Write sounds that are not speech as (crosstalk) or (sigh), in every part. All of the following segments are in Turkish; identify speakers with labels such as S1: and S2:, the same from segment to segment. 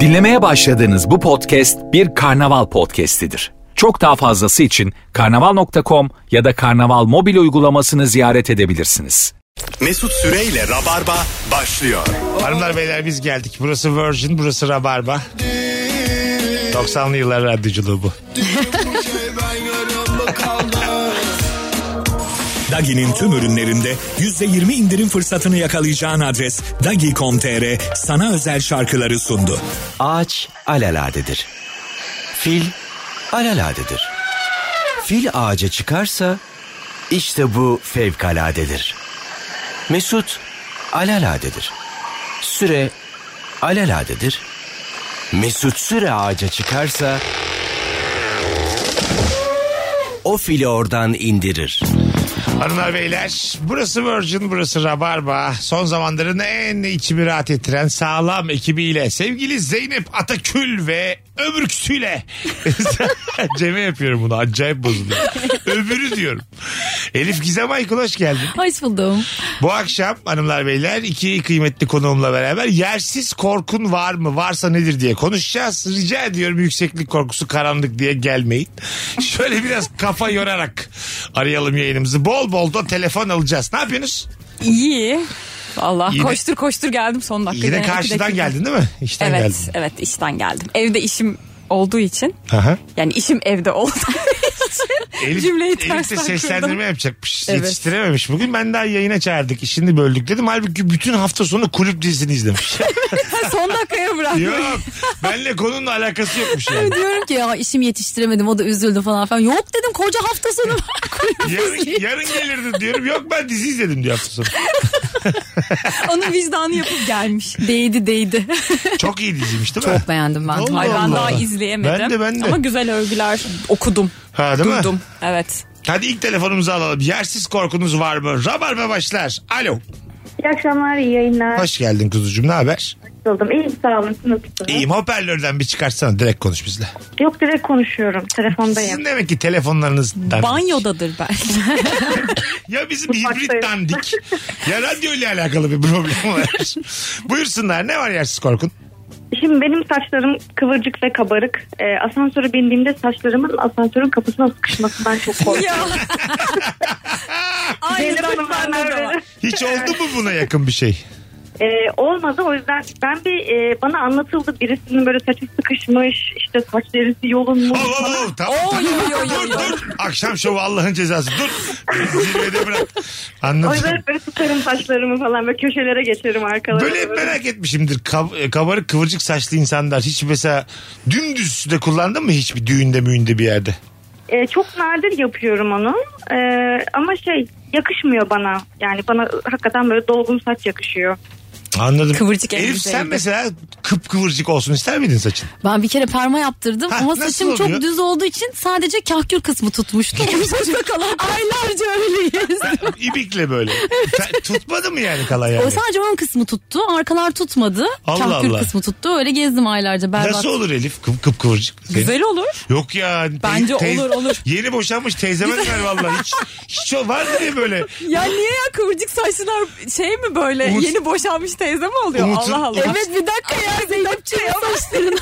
S1: Dinlemeye başladığınız bu podcast bir karnaval podcastidir. Çok daha fazlası için karnaval.com ya da karnaval mobil uygulamasını ziyaret edebilirsiniz.
S2: Mesut Süreyle Rabarba başlıyor.
S3: Hanımlar beyler biz geldik. Burası Virgin, burası Rabarba. 90'lı yıllar radyoculuğu bu.
S4: Dagi'nin tüm ürünlerinde %20 indirim fırsatını yakalayacağın adres dagi.com.tr sana özel şarkıları sundu.
S5: Ağaç alaladedir. Fil alaladedir. Fil ağaca çıkarsa işte bu fevkaladedir. Mesut alaladedir. Süre alaladedir. Mesut Süre ağaca çıkarsa o fili oradan indirir.
S3: Hanımlar beyler burası Virgin, burası Rabarba. Son zamanların en içimi rahat ettiren sağlam ekibiyle sevgili Zeynep Atakül ve öbürküsüyle. (laughs) Cem'e yapıyorum bunu acayip bozuluyor. Öbürü diyorum. Elif Gizem Aykul hoş geldin.
S6: Hoş buldum.
S3: Bu akşam hanımlar beyler iki kıymetli konuğumla beraber yersiz korkun var mı varsa nedir diye konuşacağız. Rica ediyorum yükseklik korkusu karanlık diye gelmeyin. (laughs) Şöyle biraz kafa yorarak arayalım yayınımızı. Bol bol da telefon alacağız. Ne yapıyorsunuz?
S6: İyi. Allah
S3: Yine-
S6: koştur koştur geldim son dakika.
S3: Yine
S6: iki
S3: karşıdan
S6: dakika.
S3: geldin değil mi? İşten
S6: Evet
S3: geldin.
S6: evet işten geldim. Evde işim olduğu için
S3: Aha.
S6: yani işim evde olduğu için
S3: Elif,
S6: cümleyi
S3: Elif de
S6: tersten
S3: seslendirme
S6: kurdum.
S3: yapacakmış.
S6: Evet.
S3: Yetiştirememiş. Bugün ben daha yayına çağırdık. İşini böldük dedim. Halbuki bütün hafta sonu kulüp dizisini izlemiş.
S6: (laughs)
S3: (laughs)
S6: son dakikaya bıraktım.
S3: Yok. Benle konunun alakası yokmuş yani.
S6: (laughs) Diyorum ki ya işim yetiştiremedim o da üzüldü falan filan. Yok dedim koca hafta sonu.
S3: (laughs) Yarın, yarın gelirdim diyorum. Yok ben dizi izledim diyor hafta sonu.
S6: Onun vicdanı yapıp gelmiş. (laughs) Değdi değdi.
S3: Çok iyi diziymiş değil mi?
S7: Çok beğendim ben.
S3: Allah
S6: Ay ben
S3: Allah.
S6: daha izleyemedim.
S3: Ben de, ben de.
S6: Ama güzel övgüler okudum.
S3: Ha, değil mi?
S6: Duydum. Evet.
S3: Hadi ilk telefonumuzu alalım. Yersiz korkunuz var mı? Rabarba başlar. Alo.
S8: İyi akşamlar, iyi yayınlar. Hoş
S3: Hoş geldin kuzucuğum ne haber?
S8: buldum. İyiyim, sağ olun. Siz nasılsınız?
S3: İyiyim hoparlörden bir çıkarsana direkt konuş bizle.
S8: Yok, direkt konuşuyorum. Telefondayım.
S3: Sizin demek ki telefonlarınız dandik.
S6: Banyodadır belki.
S3: Ya bizim hibrit
S8: Mutfaktayım.
S3: dandik. ya radyo ile alakalı bir problem var. (laughs) Buyursunlar ne var yersiz korkun?
S8: Şimdi benim saçlarım kıvırcık ve kabarık. Ee, asansöre bindiğimde saçlarımın ansörün kapısına sıkışmasından çok
S6: (laughs)
S8: korkuyorum.
S3: (laughs)
S6: ya. Aynı
S8: Zeynep
S6: bak
S8: Hanım
S6: bende de
S8: bana
S6: var.
S8: öyle.
S3: Hiç oldu mu buna yakın bir şey?
S8: Ee, olmadı o yüzden ben bir e, bana anlatıldı birisinin böyle saçı sıkışmış işte saç derisi yolunmuş.
S3: Oh, oh, oh, tamam,
S6: Oo,
S3: tamam.
S6: yo, yo, yo,
S3: dur
S6: yo.
S3: dur. Akşam şovu Allah'ın cezası. Dur. Zirvede bırak.
S8: O
S3: Anladım.
S8: yüzden hep böyle tutarım saçlarımı falan ve köşelere geçerim arkalarına.
S3: Böyle hep merak etmişimdir. Kav- e, kabarık kıvırcık saçlı insanlar hiç mesela dümdüz de kullandın mı hiçbir düğünde müğünde bir yerde?
S8: Ee, çok nadir yapıyorum onu Ee, ama şey yakışmıyor bana yani bana hakikaten böyle dolgun saç yakışıyor.
S3: Anladım.
S6: Kıvırcık en
S3: Elif
S6: güzeliydi.
S3: sen mesela kıpkıvırcık olsun ister miydin
S6: (laughs)
S3: saçın?
S7: Ben bir kere perma yaptırdım
S3: Ha,
S7: ama
S3: nasıl
S7: saçım
S3: oluyor?
S7: çok düz olduğu için sadece kahkür kısmı tutmuştu. Hoşça kalan (laughs) aylarca öyleyiz.
S3: İbikle böyle. Sen- tutmadı mı yani kala yani?
S7: O sadece ön kısmı tuttu. Arkalar tutmadı.
S3: Allah
S7: kahkür
S3: Allah.
S7: kısmı tuttu. Öyle gezdim aylarca berbat.
S3: Nasıl olur Elif kıp, kıpkıvırcık? Senin-
S6: Güzel olur.
S3: Yok ya.
S6: Bence olur, olur.
S3: Yeni boşanmış teyzeme ver vallahi. Hiç, hiç o var diye böyle.
S6: Ya niye ya kıvırcık saçlılar şey mi böyle
S3: Umut-
S6: yeni boşanmış teyze mi oluyor?
S3: Umut'un-
S6: Allah Allah.
S3: Umut-
S7: Evet bir dakika ya Zeynep saçlarını.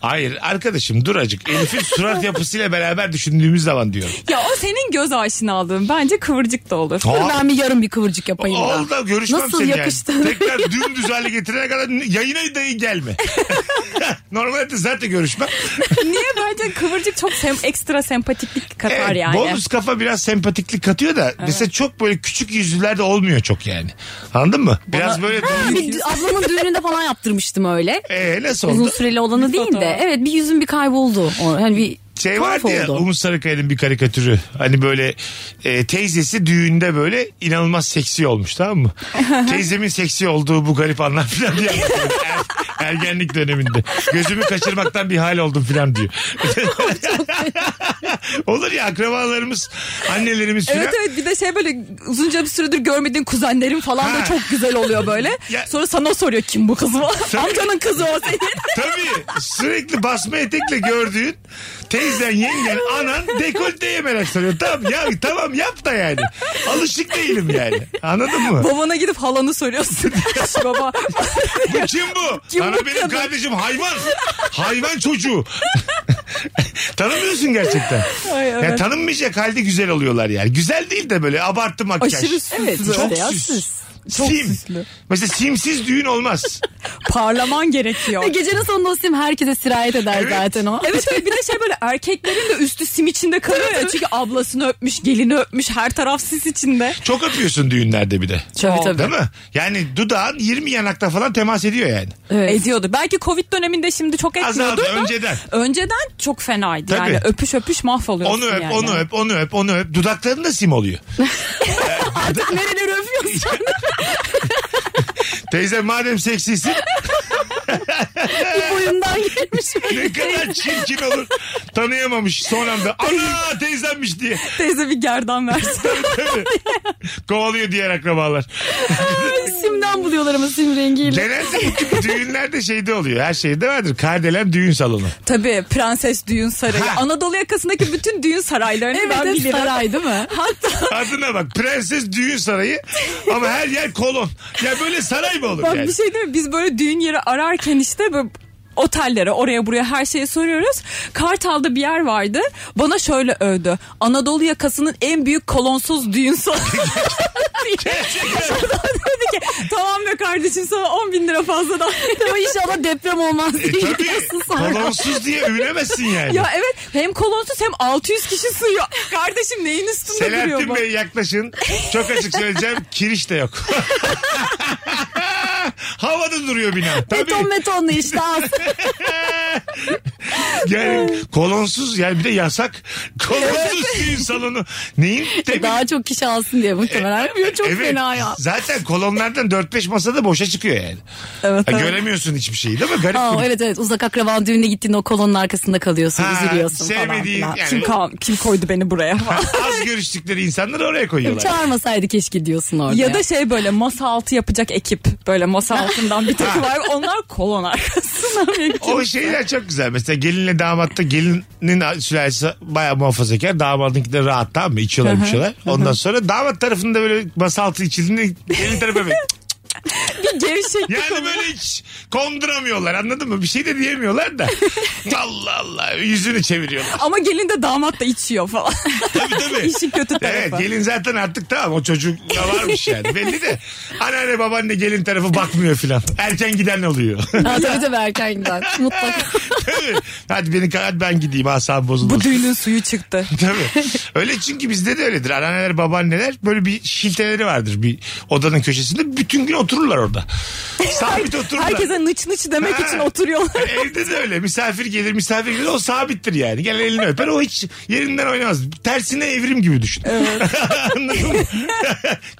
S3: Hayır arkadaşım dur acık. Elif'in surat yapısıyla beraber düşündüğümüz zaman diyorum.
S6: Ya o senin göz aşinalığın. Bence kıvırcık da olur.
S3: Aa.
S7: ben bir yarın bir kıvırcık yapayım. da.
S3: Oldu görüşmem
S7: Nasıl
S3: seni
S7: yakıştı?
S3: yani. (laughs) Tekrar dümdüz hale getirene kadar yayına dahi
S7: (laughs)
S3: gelme. Normalde zaten görüşmem.
S6: niye bence kıvırcık çok sem- ekstra sempatiklik katar
S3: Evet,
S6: yani.
S3: E, Bonus kafa biraz sempatiklik katıyor da mesela çok böyle küçük yüzlüler de olmuyor çok yani. Anladın mı? Biraz
S7: (laughs)
S3: böyle
S7: Ha, bir dü- ablamın düğününde falan yaptırmıştım öyle.
S3: Ee, nasıl
S7: Uzun
S3: oldu?
S7: süreli olanı değil de. Evet bir yüzüm bir kayboldu. O- Hani bir
S3: Şey
S7: tuhaf
S3: vardı ya
S7: oldu.
S3: Umut Sarıkaya'nın bir karikatürü. Hani böyle e, teyzesi düğünde böyle inanılmaz seksi olmuş tamam mı? Teyzemin seksi olduğu bu garip anlar falan diye anlatıyor. Er- ergenlik döneminde. Gözümü kaçırmaktan bir hal oldum falan diyor. (laughs) Olur ya akrabalarımız, annelerimiz filan.
S6: Evet evet bir de şey böyle uzunca bir süredir görmediğin kuzenlerin falan
S3: Ha.
S6: da çok güzel oluyor böyle.
S3: (laughs) Ya-
S6: Sonra sana soruyor kim bu kız mı?
S3: Tabii.
S6: Amcanın kızı o
S3: (laughs)
S6: senin.
S3: Tabii sürekli basma etekle gördüğün teyzen, yengen, anan dekolteye merak sarıyor. Tamam ya tamam yap da yani. Alışık değilim yani. Anladın mı?
S6: Babana gidip
S3: (laughs)
S6: halanı soruyorsun. Şu baba.
S3: Bu kim bu?
S6: (laughs) Kim
S3: Sana
S6: bu
S3: benim
S6: kadın?
S3: kardeşim hayvan. Hayvan çocuğu. (laughs) Tanımıyorsun gerçekten.
S6: Ay, evet.
S3: Ya tanınmayacak halde güzel oluyorlar yani. Güzel değil de böyle abartı makyaj.
S6: Aşırı süslü.
S3: Evet, çok
S6: Beyaz
S3: süs.
S6: süs. Çok
S3: Sim.
S6: süslü.
S3: Mesela simsiz düğün olmaz.
S6: Parlaman gerekiyor.
S7: Ve gecenin sonunda o sim herkese sirayet eder
S3: Evet.
S7: zaten o.
S6: Evet evet bir de şey böyle erkeklerin de üstü sim içinde kalıyor ya. Çünkü ablasını öpmüş, gelini öpmüş, her taraf sis içinde.
S3: Çok öpüyorsun düğünlerde bir de.
S6: Tabii tabii.
S3: Değil mi? Yani dudağın 20 yanakta falan temas ediyor yani.
S6: Ediyordu. Belki Covid döneminde şimdi çok etmiyordu
S3: Azaldı,
S6: da.
S3: önceden.
S6: Önceden çok fenaydı yani.
S3: Tabii.
S6: Öpüş öpüş mahvoluyorsun
S3: Onu öp,
S6: yani.
S3: onu öp, onu öp, onu öp. Dudakların da sim oluyor.
S6: Artık nereleri öpüyorsun?
S3: (laughs) Teyze madem seksisin
S7: Boyundan gelmiş.
S3: ne kadar çirkin
S6: (laughs)
S3: olur. Tanıyamamış son anda. Ana teyzemmiş diye.
S6: Teyze bir gerdan
S7: (laughs)
S6: versin.
S3: Kovalıyor diğer akrabalar.
S7: Simden buluyorlar ama sim rengiyle.
S3: Genelde (laughs) bu tip düğünlerde şeyde oluyor. Her şeyde vardır. Kardelen düğün salonu.
S6: Tabii Prenses Düğün Sarayı.
S3: Ha.
S6: Anadolu yakasındaki bütün düğün saraylarını
S7: Evet,
S6: ben
S7: evet,
S6: bilirim.
S7: saray
S6: (laughs)
S7: değil mi?
S6: Hatta
S3: Adına bak prenses düğün sarayı ama her yer kolon. Ya böyle saray mı olur
S6: bak
S3: yani?
S6: bir şey değil mi? Biz böyle düğün yeri ararken işte böyle otellere oraya buraya her şeye soruyoruz. Kartal'da bir yer vardı. Bana şöyle övdü. Anadolu yakasının en büyük kolonsuz
S3: (laughs)
S6: düğün salonu. (laughs)
S3: Gerçekten.
S6: dedi ki tamam be kardeşim sana 10 bin lira (laughs) fazladan.
S7: Ama inşallah deprem olmaz diye
S3: E
S7: (laughs)
S3: tabii
S7: gidiyorsun sonra.
S3: kolonsuz diye övünemezsin yani.
S6: şey ya evet hem kolonsuz hem 600 kişi sığıyor. Kardeşim neyin üstünde duruyor
S3: Selahattin
S6: bu?
S3: Bey yaklaşın. Çok açık söyleyeceğim. Kiriş de yok. (laughs) Havada duruyor
S6: E,
S3: bina. Tabii.
S7: Beton
S3: (laughs)
S7: betonlu işte az.
S3: Yani kolonsuz yani bir de yasak. Kolonsuz
S6: (laughs)
S3: düğün salonu. Neyin? Tabii.
S7: Daha çok kişi alsın diye muhtemelen. Ya çok
S3: E, Evet.
S7: fena ya.
S3: Zaten kolonlardan 4-5 masada boşa çıkıyor yani.
S6: Evet,
S3: Ha,
S6: evet.
S3: Göremiyorsun hiçbir şeyi değil mi? Garip
S7: Aa,
S3: bir-
S7: evet evet uzak akraban düğününe gittiğinde o kolonun arkasında kalıyorsun
S3: Ha,
S7: üzülüyorsun falan
S3: sevmediğin-
S7: filan.
S3: yani-
S6: Kim, kam- kim koydu beni buraya falan.
S3: Az görüştükleri insanları oraya koyuyorlar.
S7: Çağırmasaydı keşke diyorsun orada.
S6: Ya da şey böyle masa altı yapacak ekip. Böyle masa altından bir takı var. Onlar kolon arkasına mümkün.
S3: O şeyler çok güzel. Mesela gelinle damatta gelinin sülalesi bayağı muhafazakar. Damadınki de rahat tamam mı? İçiyorlar bir şeyler. Ondan sonra damat tarafında böyle masa altı içildiğinde gelin tarafı böyle.
S6: Bir şey- gevşek.
S3: Yani böyle hiç konduramıyorlar anladın mı? Bir şey de diyemiyorlar
S7: (laughs)
S3: da. Allah Allah yüzünü çeviriyorlar.
S6: Ama gelin de damat da içiyor falan.
S3: Tabii
S6: (laughs)
S3: tabii.
S6: İşin kötü tarafı.
S3: Evet gelin zaten artık tamam o çocuk ya varmış yani belli de anneanne babaanne gelin tarafı bakmıyor filan erken giden oluyor. (laughs)
S7: Ha, tabii tabii erken giden.
S6: (laughs)
S7: Mutlaka.
S3: Tabii. hadi beni hadi ben gideyim asabım bozuldu.
S6: Bu düğünün suyu çıktı.
S3: (laughs) Tabii. Öyle çünkü bizde de öyledir. Anneanneler, babaanneler böyle bir şilteleri vardır bir odanın köşesinde. Bütün gün otururlar orada. Sabit otururlar.
S6: Herkese nıç nıç demek
S3: Ha.
S6: için oturuyorlar.
S3: (laughs) Evde de öyle. Misafir gelir, misafir gelir. O sabittir yani. Gel elini öper. O hiç yerinden oynamaz. Tersine evrim gibi düşün. (laughs) Anladın mı?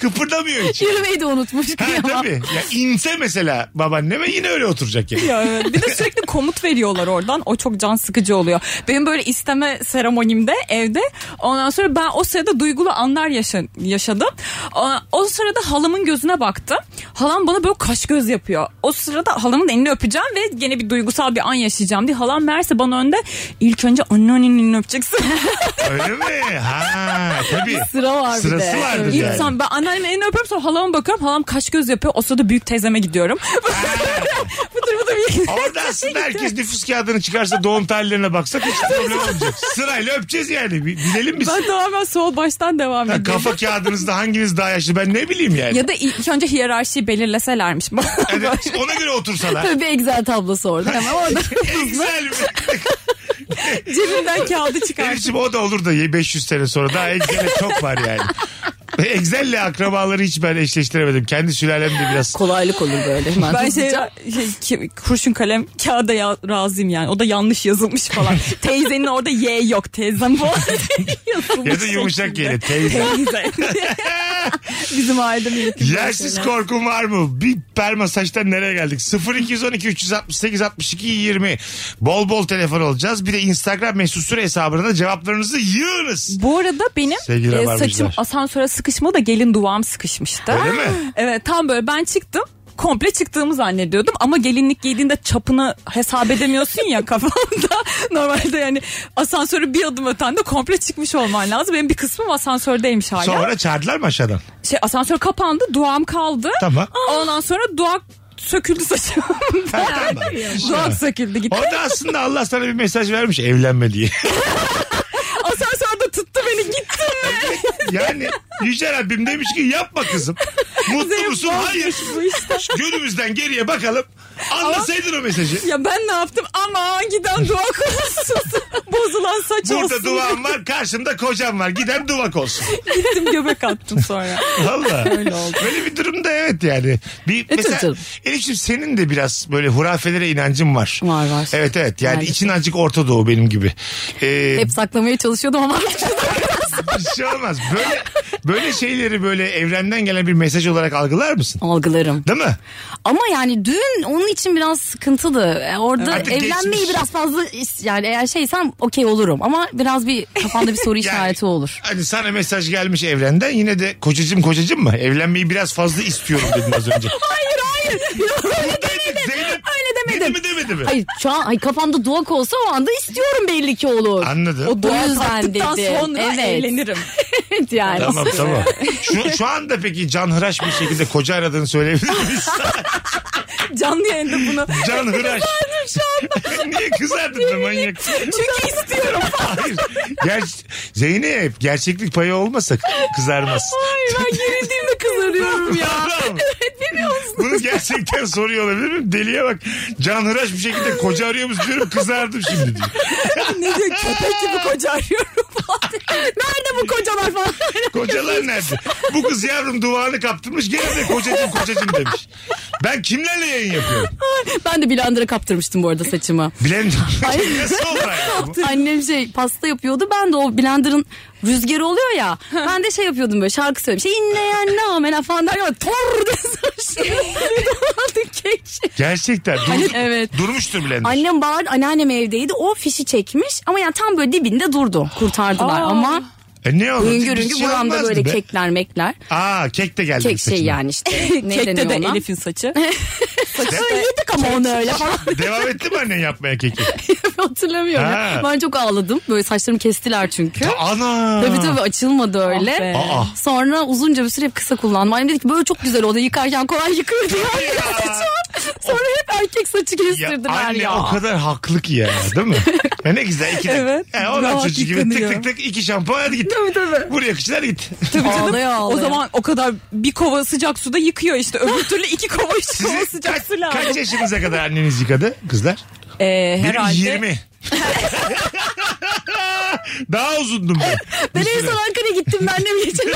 S3: Kıpırdamıyor hiç.
S7: Yürümeyi
S6: (laughs)
S7: de unutmuş
S3: Ha,
S7: kıyamam.
S3: tabii. Ya inse mesela babaanneme yine öyle oturacak yani.
S6: Ya evet. Bir de sürekli komut veriyorlar oradan. O çok can sıkıcı oluyor. Benim böyle isteme seremonimde evde. Ondan sonra ben o sırada duygulu anlar yaşa- yaşadım. O- O sırada halamın gözüne baktım. Halam bana böyle kaş göz yapıyor. O sırada halamın elini öpeceğim ve gene bir duygusal bir an yaşayacağım diye. Halam meğerse bana önde ilk önce anneannenin elini (laughs) öpeceksin.
S3: Öyle mi? Ha tabii.
S7: Sıra var bir
S3: Sırası
S7: de.
S3: vardır yani.
S6: İnsan ben anneannemin elini öpüyorum sonra halama bakıyorum. Halam kaş göz yapıyor. O sırada büyük teyzeme gidiyorum. (laughs) Bıdır bıdır bir- (laughs)
S3: Orada aslında herkes nüfus kağıdını çıkarsa doğum tarihlerine baksak hiç problem olmayacak. Sırayla öpeceğiz yani. Bi- Bilelim biz.
S6: Ben tamamen sol baştan devam
S3: Ha,
S6: ediyorum.
S3: kafa kağıdınızda hanginiz daha yaşlı ben ne bileyim yani.
S6: Ya da ilk önce hiyerarşiyi belirleselermiş. (laughs)
S3: Yani ona göre otursalar.
S7: Tabii bir Excel tablosu orada. Hemen orada
S3: Excel mi?
S6: (laughs) Cebimden kağıdı
S3: (laughs)
S6: çıkartıp.
S3: Elif'ciğim o da olur da ye- 500 sene sonra daha Excel'e çok var yani. (laughs) Excel'le akrabaları hiç ben eşleştiremedim. Kendi sülalemde biraz.
S7: kolaylık olur böyle. Hemen
S6: Ben şey,
S7: hızlıca.
S6: şey, ki- kurşun kalem kağıda ya, razıyım yani. O da yanlış yazılmış (laughs) falan. Teyzenin orada Y yok. Teyzem bu arada (laughs) yazılmış.
S3: Ya da yumuşak
S6: şekilde.
S3: (laughs) yeri teyze.
S6: Teyze. (laughs) Bizim ailem yönetim.
S3: Yersiz korkum var mı? Bir permasajdan nereye geldik? 0212 368 62 20. Bol bol telefon olacağız. Bir de Instagram mesut süre hesabına da cevaplarınızı yığınız.
S6: Bu arada benim
S3: Sevgili
S6: e,
S3: Rabarbacılar.
S6: saçım asansöre sıkışma da gelin duvağım sıkışmıştı.
S3: Öyle mi?
S6: Evet tam böyle ben çıktım komple çıktığımı zannediyordum ama gelinlik giydiğinde çapını hesap edemiyorsun ya (laughs) kafanda. Normalde yani asansörü bir adım ötende komple çıkmış olman lazım. Benim bir kısmım asansördeymiş hala.
S3: Sonra çağırdılar mı aşağıdan?
S6: Şey asansör kapandı, duam kaldı.
S3: Tamam.
S6: Ondan sonra duak söküldü saçım.
S3: Ha, tamam.
S6: (laughs) duak söküldü gitti.
S3: Orada aslında Allah sana bir mesaj vermiş evlenme diye.
S6: Asansörde tuttu beni gittin mi?
S3: Yani Yüce Rabbim demiş ki yapma kızım. Mutlu musun? Hayır.
S6: Bozmuş bu işte.
S3: (laughs) Günümüzden geriye bakalım. Anlasaydın o
S6: (laughs)
S3: mesajı.
S6: Ya ben ne yaptım? Ama giden dua konusu. (laughs) Bozulan saç
S3: Burada
S6: olsun.
S3: duam var karşımda kocam var. Giden duvak olsun.
S6: Gittim göbek attım sonra.
S3: Valla.
S6: (laughs) Öyle oldu. E,
S3: Böyle bir durumda evet yani. Bir, mesela
S6: canım.
S3: Elif'ciğim senin de biraz böyle hurafelere inancın var.
S7: (laughs) Var, var.
S3: Evet evet yani
S7: Maalesef.
S3: için azıcık Orta Doğu benim gibi. Ee,
S7: Hep saklamaya çalışıyordum ama
S3: (laughs) bir şey olmaz. Böyle, böyle şeyleri böyle evrenden gelen bir mesaj olarak algılar mısın?
S7: (laughs) algılarım.
S3: Değil mi?
S7: Ama yani düğün onun için biraz sıkıntılı. E, Orada
S3: Artık
S7: evlenmeyi
S3: geçmiş.
S7: biraz fazla is- yani eğer şeysem okey olurum ama biraz bir kafanda bir soru
S3: (laughs) Yani-
S7: işareti şey olur.
S3: Hani sana mesaj gelmiş evrenden yine de kocacım kocacım mı? Evlenmeyi biraz fazla istiyorum dedim az önce.
S7: (laughs) Hayır hayır.
S3: Zeynep, Zeynep,
S7: Öyle
S3: Dedi
S7: demedim.
S3: mi demedi mi?
S7: Hayır şu an ay, kafamda duak olsa o anda istiyorum belli ki olur.
S3: Anladım.
S7: O
S6: Dua
S7: yüzden
S6: taktıktan
S7: dedim.
S6: sonra
S7: evet.
S6: eğlenirim.
S7: Evet yani.
S3: Tamam tamam. Şu, şu anda peki canhıraş bir şekilde koca aradığını söyleyebilir miyiz?
S6: Canlı yayında bunu. (laughs)
S3: Canhıraş. (laughs) Niye kızardın da manyak?
S6: Çünkü istiyorum.
S3: Hayır. Ger- Zeynep gerçeklik payı olmasa kızarmaz.
S6: Hayır ben gerildiğimde kızarıyorum
S3: (laughs)
S6: ya.
S3: Tamam.
S6: Biliyor musun?
S3: Bunu gerçekten soruyor olabilir miyim? Deliye bak. Canhıraş bir şekilde koca arıyormuş diyorum kızardım şimdi diyor.
S6: Ne diyor köpek gibi koca arıyorum (laughs) falan. Nerede bu kocalar falan.
S3: Kocalar nerede? Bu kız yavrum duvağını kaptırmış gene de kocacım kocacım demiş. Ben kimlerle yayın yapıyorum?
S7: Ben de blender'a kaptırmıştım bu arada (laughs) saçımı.
S3: Bilen nasıl olur hayatım?
S7: Annem şey pasta yapıyordu. Ben de o blender'ın rüzgarı oluyor ya. ben de şey yapıyordum böyle şarkı söylüyorum. Şey inleyen namena falan der ya. Tor diye saçlarım. Keşke.
S3: Gerçekten. Dur,
S7: Hani- Evet.
S3: Durmuştur blender.
S7: (laughs) Annem bağırdı anneannem evdeydi o fişi çekmiş ama yani tam böyle dibinde durdu kurtardılar
S6: Aa.
S7: ama
S3: E ne oldu?
S7: hüngür
S3: Bir
S7: hüngür
S3: şey
S7: buramda
S3: olmazdı
S7: böyle
S3: be.
S7: kekler (laughs) mekler
S3: Aa kek de geldi.
S7: kek
S3: saçına.
S7: şey yani işte ne
S6: Kekte
S7: deniyor
S6: de
S7: ona?
S6: Elif'in
S7: (laughs)
S6: saçı.
S7: Öyle yedik ama onu öyle falan
S3: Devam etti mi annen yapmaya
S7: (laughs)
S3: keki?
S7: hatırlamıyorum
S3: Ha.
S7: ya. ben çok ağladım böyle saçlarımı kestiler çünkü
S3: Ta- Ana.
S7: Tabii tabii açılmadı
S6: Ah
S7: öyle.
S6: be.
S3: Aa.
S7: Sonra uzunca bir süre hep kısa kullandım. Annem dedi ki böyle çok güzel oldu yıkarken kolay yıkıyor diye. Sonra hep erkek saçı
S3: Ya
S7: kestirdiler
S3: anne
S7: ya.
S3: o kadar haklı ki ya değil
S6: (laughs)
S3: mi? ya ne güzel iki
S6: Evet.
S3: dakika. E, olan
S6: Rahat
S3: çocuk gibi tık
S6: yıkanıyor.
S3: tık tık iki şampuan hadi git.
S7: Tabii, tabii.
S3: Buraya yakışlar git.
S6: Tabii canım.
S7: Ağlıyor, ağlıyor.
S6: O zaman o kadar bir kova sıcak suda yıkıyor işte. Öbür türlü iki
S7: (laughs)
S6: kova üç kova
S3: Sizin
S6: sıcak
S3: kaç,
S6: su lazım.
S3: kaç yaşınıza kadar anneniz yıkadı kızlar?
S6: Ee,
S3: Benim
S6: herhalde. (laughs)
S3: 20. Daha uzundum ben.
S7: Ben
S3: Bir
S7: en
S3: süre.
S7: son Ankara'ya gittim ben de geçen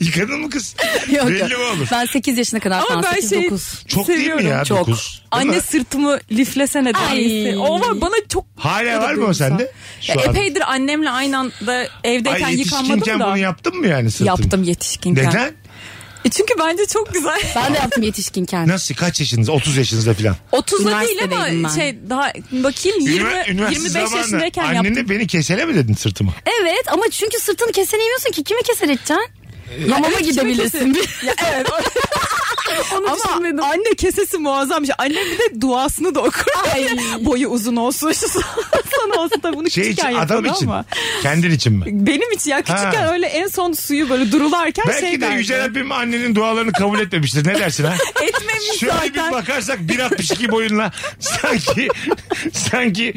S3: Yıkadın mı
S6: (laughs)
S3: kız?
S7: Yok,
S3: Belli
S7: yok.
S3: mi olur?
S7: Ben 8 yaşına kadar
S6: Ama
S7: falan
S6: ben
S7: 8
S6: şey
S7: 9.
S3: Çok
S6: seviyorum.
S3: değil mi ya?
S7: çok.
S3: Dokuz, değil
S6: Anne
S3: mi?
S6: sırtımı liflesene
S7: Ay.
S6: derisi. O var bana çok...
S3: Hala var mı o sende? Şu
S6: Ya
S3: an.
S6: epeydir annemle aynı anda evdeyken
S3: Ay yetişkinken
S6: yıkanmadım da.
S3: bunu yaptın mı yani sırtını?
S6: Yaptım yetişkinken.
S3: Neden?
S6: E çünkü bence çok (laughs) güzel.
S7: Ben de yaptım
S6: Hani-
S7: yetişkinken.
S3: Nasıl? Kaç yaşınızda? 30 yaşınızda filan.
S6: 30'da değil
S7: Üniversitedeydim
S6: ama
S7: ben.
S6: şey daha bakayım 20,
S3: Ünivers-
S6: 25 yaşındayken
S3: annene
S6: yaptım.
S3: beni kesele mi dedin sırtımı?
S7: Evet ama çünkü sırtını kesenemiyorsun ki kime keser edeceksin? Lamama
S6: evet, kime
S7: gidebilirsin.
S6: (laughs) Evet. Onu Ama anne kesesi muazzam bir şey. Annem bir de duasını da okur. Boyu uzun olsun. şu (laughs) Sana olsun da bunu
S3: Şey için,
S6: küçükken yapıyordu
S3: adam için.
S6: ama.
S3: Kendin için mi?
S6: Benim için ya küçükken
S3: Ha.
S6: öyle en son suyu böyle durularken
S3: Belki
S6: şey
S3: de
S6: derdi.
S3: Yüce Rabbim annenin dualarını kabul etmemiştir. Ne dersin ha?
S6: Etmemiş
S3: Şöyle
S6: zaten.
S3: bir bakarsak 1.62 boyunla sanki sanki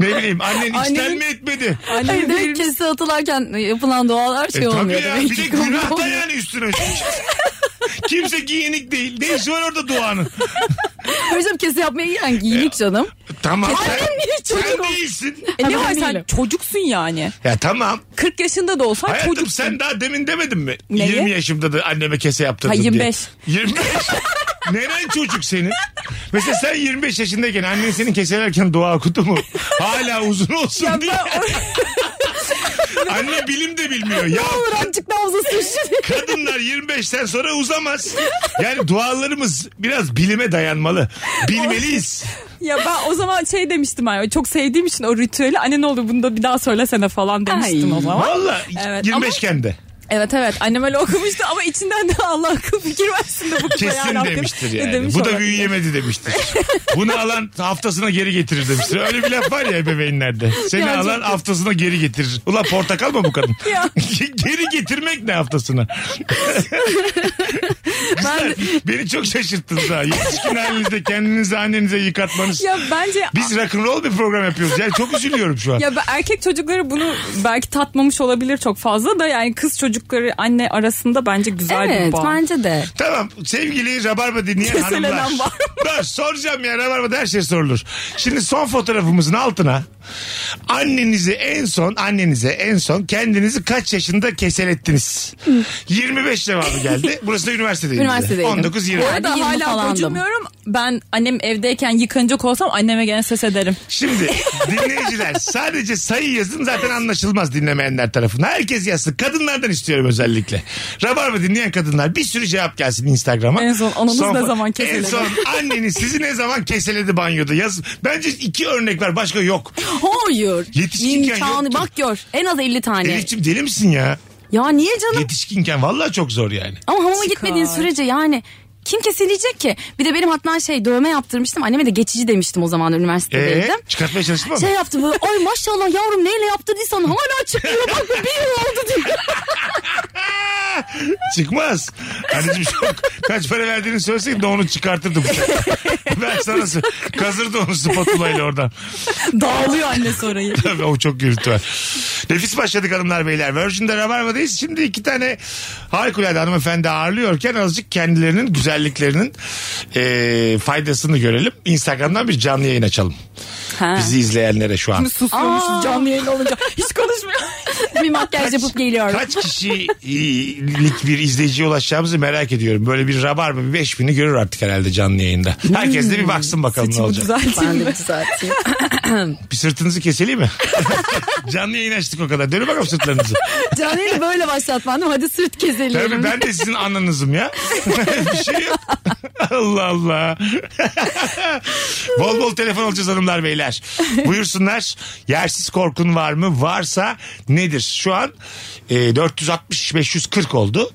S3: ne bileyim annen içten
S6: Annenin-
S3: mi etmedi?
S7: Hayır
S6: Annem
S7: demek kese atılarken yapılan doğalar şey
S3: E
S7: olmuyor.
S3: tabii ya
S7: demek
S3: bir de
S7: ki.
S3: günah da yani üstüne. üstlük. Kimse giyinik değil. Ne işi var orada duanın?
S7: Hocam kese yapmaya yani
S3: E,
S7: giyinik canım.
S3: Tamam.
S7: Annem
S3: sen-
S7: niye
S3: Sen
S7: çocuk ol-
S3: değilsin.
S6: E ne var
S7: Tamam,
S6: sen
S7: değilim.
S6: çocuksun yani.
S3: Ya tamam.
S6: 40 yaşında da olsan
S3: Hayatım
S6: çocuksun.
S3: sen daha demin demedin mi?
S6: Neyi?
S3: 20 yaşımda da anneme kese yaptırdım
S6: Ha,
S3: diye.
S6: 25.
S3: 25.
S6: (laughs)
S3: Neren çocuk senin? Mesela sen 25 yaşındayken annen senin keselerken dua okudu mu? Hala uzun olsun diye. (laughs) Anne bilim de bilmiyor. Ya
S6: Birazcık daha
S7: havzası üşüdü.
S3: Kadınlar 25'ten sonra uzamaz. Yani dualarımız biraz bilime dayanmalı. Bilmeliyiz.
S6: (laughs) Ya ben o zaman şey demiştim hani çok sevdiğim için o ritüeli anne ne olur bunu da bir daha söylesene falan demiştim
S7: Ay.
S6: o zaman.
S3: Valla
S6: Evet,
S3: 25'ken de.
S6: Evet evet annem öyle okumuştu ama içinden de (laughs) Allah akıl fikir versin de bu kıza
S3: Kesin
S6: yarabbim.
S3: demiştir
S6: Ya
S3: yani.
S6: E, demiş
S3: Bu da
S6: olabilir.
S3: büyüyemedi demiştir. Bunu alan haftasına geri getirir demiştir. Öyle bir laf var ya ebeveynlerde. Seni
S6: Ya
S3: alan
S6: çok-
S3: haftasına geri getirir. Ulan portakal mı bu kadın?
S6: (laughs) Ya.
S3: (laughs) geri getirmek ne
S6: (laughs)
S3: haftasına? Kızlar, Beni çok şaşırttınız ha. Yetişkin halinizde kendinizi annenize yıkatmanız.
S6: Ya bence
S3: Biz rock'n'roll bir program yapıyoruz. Yani çok üzülüyorum şu an.
S6: (laughs) ya ben- erkek çocukları bunu belki tatmamış olabilir çok fazla da yani kız çocukları anne arasında bence güzel bir
S7: Evet
S6: bağ.
S7: bence de.
S3: Tamam sevgili Rabarba dinleyen
S6: Keselenen
S3: hanımlar. (laughs)
S6: var
S3: Dur soracağım ya Rabarba'da her şey sorulur. Şimdi son fotoğrafımızın altına annenizi en son annenize en son kendinizi kaç yaşında keselettiniz? 25 cevabı geldi. Burası da üniversitedeyim.
S7: Üniversitedeyim.
S3: 19 20.
S6: Bu arada
S7: Hadi yirmi
S6: hala
S7: falandım.
S6: kocamıyorum. Ben annem evdeyken yıkanacak olsam anneme gene ses ederim.
S3: Şimdi dinleyiciler sadece sayı yazın zaten anlaşılmaz dinlemeyenler tarafından. Herkes yazsın. Kadınlardan istiyorum özellikle. Rabarba dinleyen kadınlar bir sürü cevap gelsin Instagram'a.
S6: En son ananız ne zaman keseledi?
S3: En son anneniz sizi ne zaman keseledi banyoda yaz. Bence iki örnek var başka yok.
S7: Hayır.
S3: Yetişkinken
S7: İmkanı-
S3: yoktu.
S7: Bak gör en az 50 tane.
S3: Elif'ciğim deli misin ya?
S7: Ya niye canım?
S3: Yetişkinken vallahi çok zor yani.
S7: Ama hamama gitmediğin sürece yani kim kesileyecek ki? Bir de benim hatta şey dövme yaptırmıştım. Anneme de geçici demiştim o zaman
S3: Ee,
S7: üniversitedeydim.
S3: çıkartmaya çalıştın mı?
S7: Şey yaptı böyle ay maşallah yavrum neyle yaptırdıysan hala
S6: (laughs)
S7: çıkıyor bak bu bir yıl oldu diye.
S3: Çıkmaz. Anneciğim çok kaç para verdiğini söyleseydin de onu
S6: (laughs)
S3: çıkartırdım. ben sana sö- kazırdı onu spatulayla oradan.
S6: Dağılıyor anne orayı.
S3: Tabii o çok gürültü var. Nefis başladık hanımlar beyler. Virgin'de Rabarba'dayız. Şimdi iki tane harikulade hanımefendi ağırlıyorken azıcık kendilerinin güzelliklerinin eee, faydasını görelim. Instagram'dan bir canlı yayın açalım.
S6: Ha.
S3: Bizi izleyenlere şu an.
S6: Susuyormuşuz canlı yayın olunca. Hiç konuşmuyor.
S7: bir makyaj yapıp geliyorum.
S3: Kaç kişilik bir izleyiciye ulaşacağımızı merak ediyorum. Böyle bir rabarba bir 5000'i görür artık herhalde canlı yayında. Herkes de bir baksın bakalım ne olacak.
S6: Düzelteyim mi?
S3: Bir sırtınızı keseleyim mi? canlı yayın açtık o kadar. Dönün bakalım sırtlarınızı.
S7: Canıyla böyle başlatmandım hadi sırt keselim.
S3: Tabii ben de sizin ananızım ya. (laughs) bir şey yok. (laughs) Allah Allah. bol bol telefon alacağız hanımlar beyler.
S6: (laughs)
S3: Buyursunlar. Yersiz korkun var mı? Varsa nedir? Şu an e, 460-540 oldu.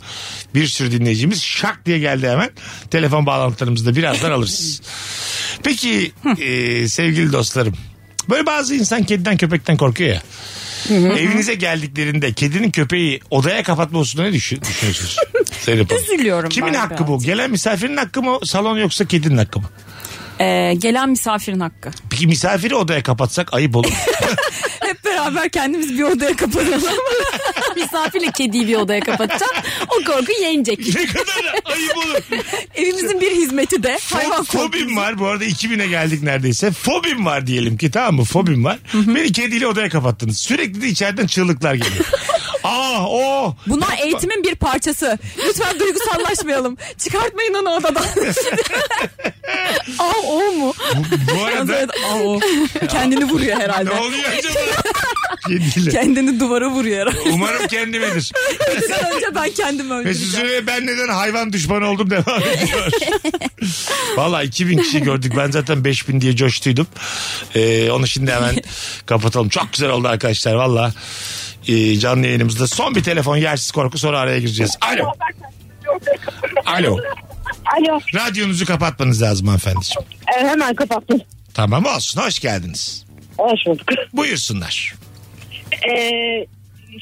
S3: Bir sürü dinleyicimiz şak diye geldi hemen. Telefon bağlantılarımızı da birazdan
S6: (laughs)
S3: alırız. Peki e, sevgili dostlarım. Böyle bazı insan kediden köpekten korkuyor ya. Evinize geldiklerinde kedinin köpeği odaya kapatma hususunda ne düşün-
S6: (laughs)
S3: düşünüyorsunuz? Zeynep Hanım.
S6: Üzülüyorum
S3: Kimin
S6: ben
S3: hakkı
S6: biraz.
S3: bu? Gelen misafirin hakkı mı? Salon yoksa kedinin hakkı mı?
S6: Ee, gelen misafirin hakkı.
S3: Peki misafiri odaya kapatsak ayıp olur.
S6: Hep beraber kendimiz bir odaya (laughs) kapanalım.
S7: Misafirle kediyi bir odaya kapatacağım. O korku yenecek.
S3: ne kadar ayıp olur.
S6: Evimizin bir hizmeti de hayvan
S3: Fo-
S6: korkusu.
S3: fobim var. Bu arada 2000'e geldik neredeyse. Fobim var diyelim ki tamam mı? Fobim var. Beni kediyle odaya kapattınız. Sürekli de içeriden çığlıklar
S6: (laughs)
S3: geliyor. Ah o
S6: Bunlar eğitimin bir parçası. Lütfen duygusallaşmayalım. Çıkartmayın
S3: (laughs)
S6: onu odadan. Aa o mu?
S3: bu, bu arada
S6: Evet, aa, o. Kendini vuruyor
S3: ne
S6: herhalde.
S3: oluyor acaba? Kediyle.
S6: Kendini duvara vuruyor herhalde.
S3: Umarım kendimedir.
S6: Öteden önce ben kendimi
S3: Mesut
S6: öldüreceğim.
S3: Süre ben neden hayvan düşmanı oldum devam (laughs) ediyor. Valla 2000 kişi gördük. Ben zaten 5000 diye coştuydum. Ee, onu şimdi (laughs) hemen kapatalım. Çok güzel oldu arkadaşlar valla. Ee, canlı yayınımızda son bir telefon yersiz korku sonra araya gireceğiz. Alo. Alo.
S8: Alo e,
S3: Radyonuzu kapatmanız lazım hanımefendiciğim.
S8: hemen kapattım.
S3: Tamam olsun hoş geldiniz.
S8: Hoş bulduk.
S3: Buyursunlar.
S8: E,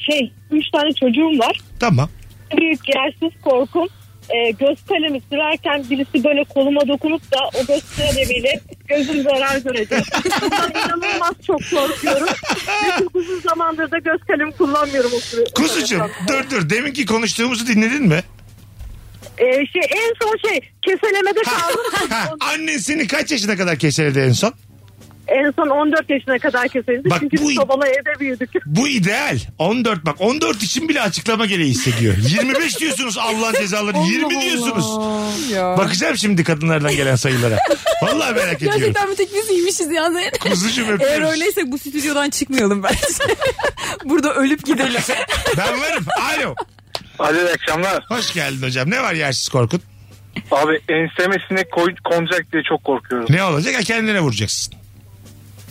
S8: şey üç tane çocuğum var.
S3: Tamam.
S8: büyük yersiz korkum. Ee, göz kalemi sürerken birisi böyle koluma dokunup da o göz kalemiyle gözüm zarar görecek. Bundan inanılmaz çok korkuyorum. Ve çok uzun zamandır da göz kalemi kullanmıyorum. O süre- Ee, o
S3: Kuzucuğum
S8: taraftan.
S3: dur dur deminki konuştuğumuzu dinledin mi?
S8: Ee, şey, en son şey keselemede kaldım.
S3: Ha, annen seni kaç yaşına kadar keseledi en son?
S8: en son 14 yaşına kadar kesildi.
S3: Bak
S8: Çünkü
S3: bu-
S8: biz sobalı evde
S3: (laughs)
S8: büyüdük.
S3: Bu ideal. 14 bak 14 için bile açıklama gereği
S6: (laughs)
S3: hissediyor. 25 diyorsunuz Allah'ın cezaları 20 diyorsunuz. Bakacağım şimdi kadınlardan gelen sayılara. Vallahi merak ediyorum.
S7: Gerçekten bir tek biz iyiymişiz ya
S3: (laughs)
S7: Zeynep.
S3: Kuzucuğum
S6: Eğer
S3: öpüyoruz.
S6: öyleyse bu (laughs) stüdyodan çıkmayalım bence. Burada ölüp gidelim.
S3: Ben varım. Alo.
S9: Hadi iyi akşamlar.
S3: Hoş geldin hocam. Ne var yersiz korkun?
S9: Abi enseme sinek koy, konacak diye çok korkuyorum.
S3: Ne olacak? Ha kendine vuracaksın.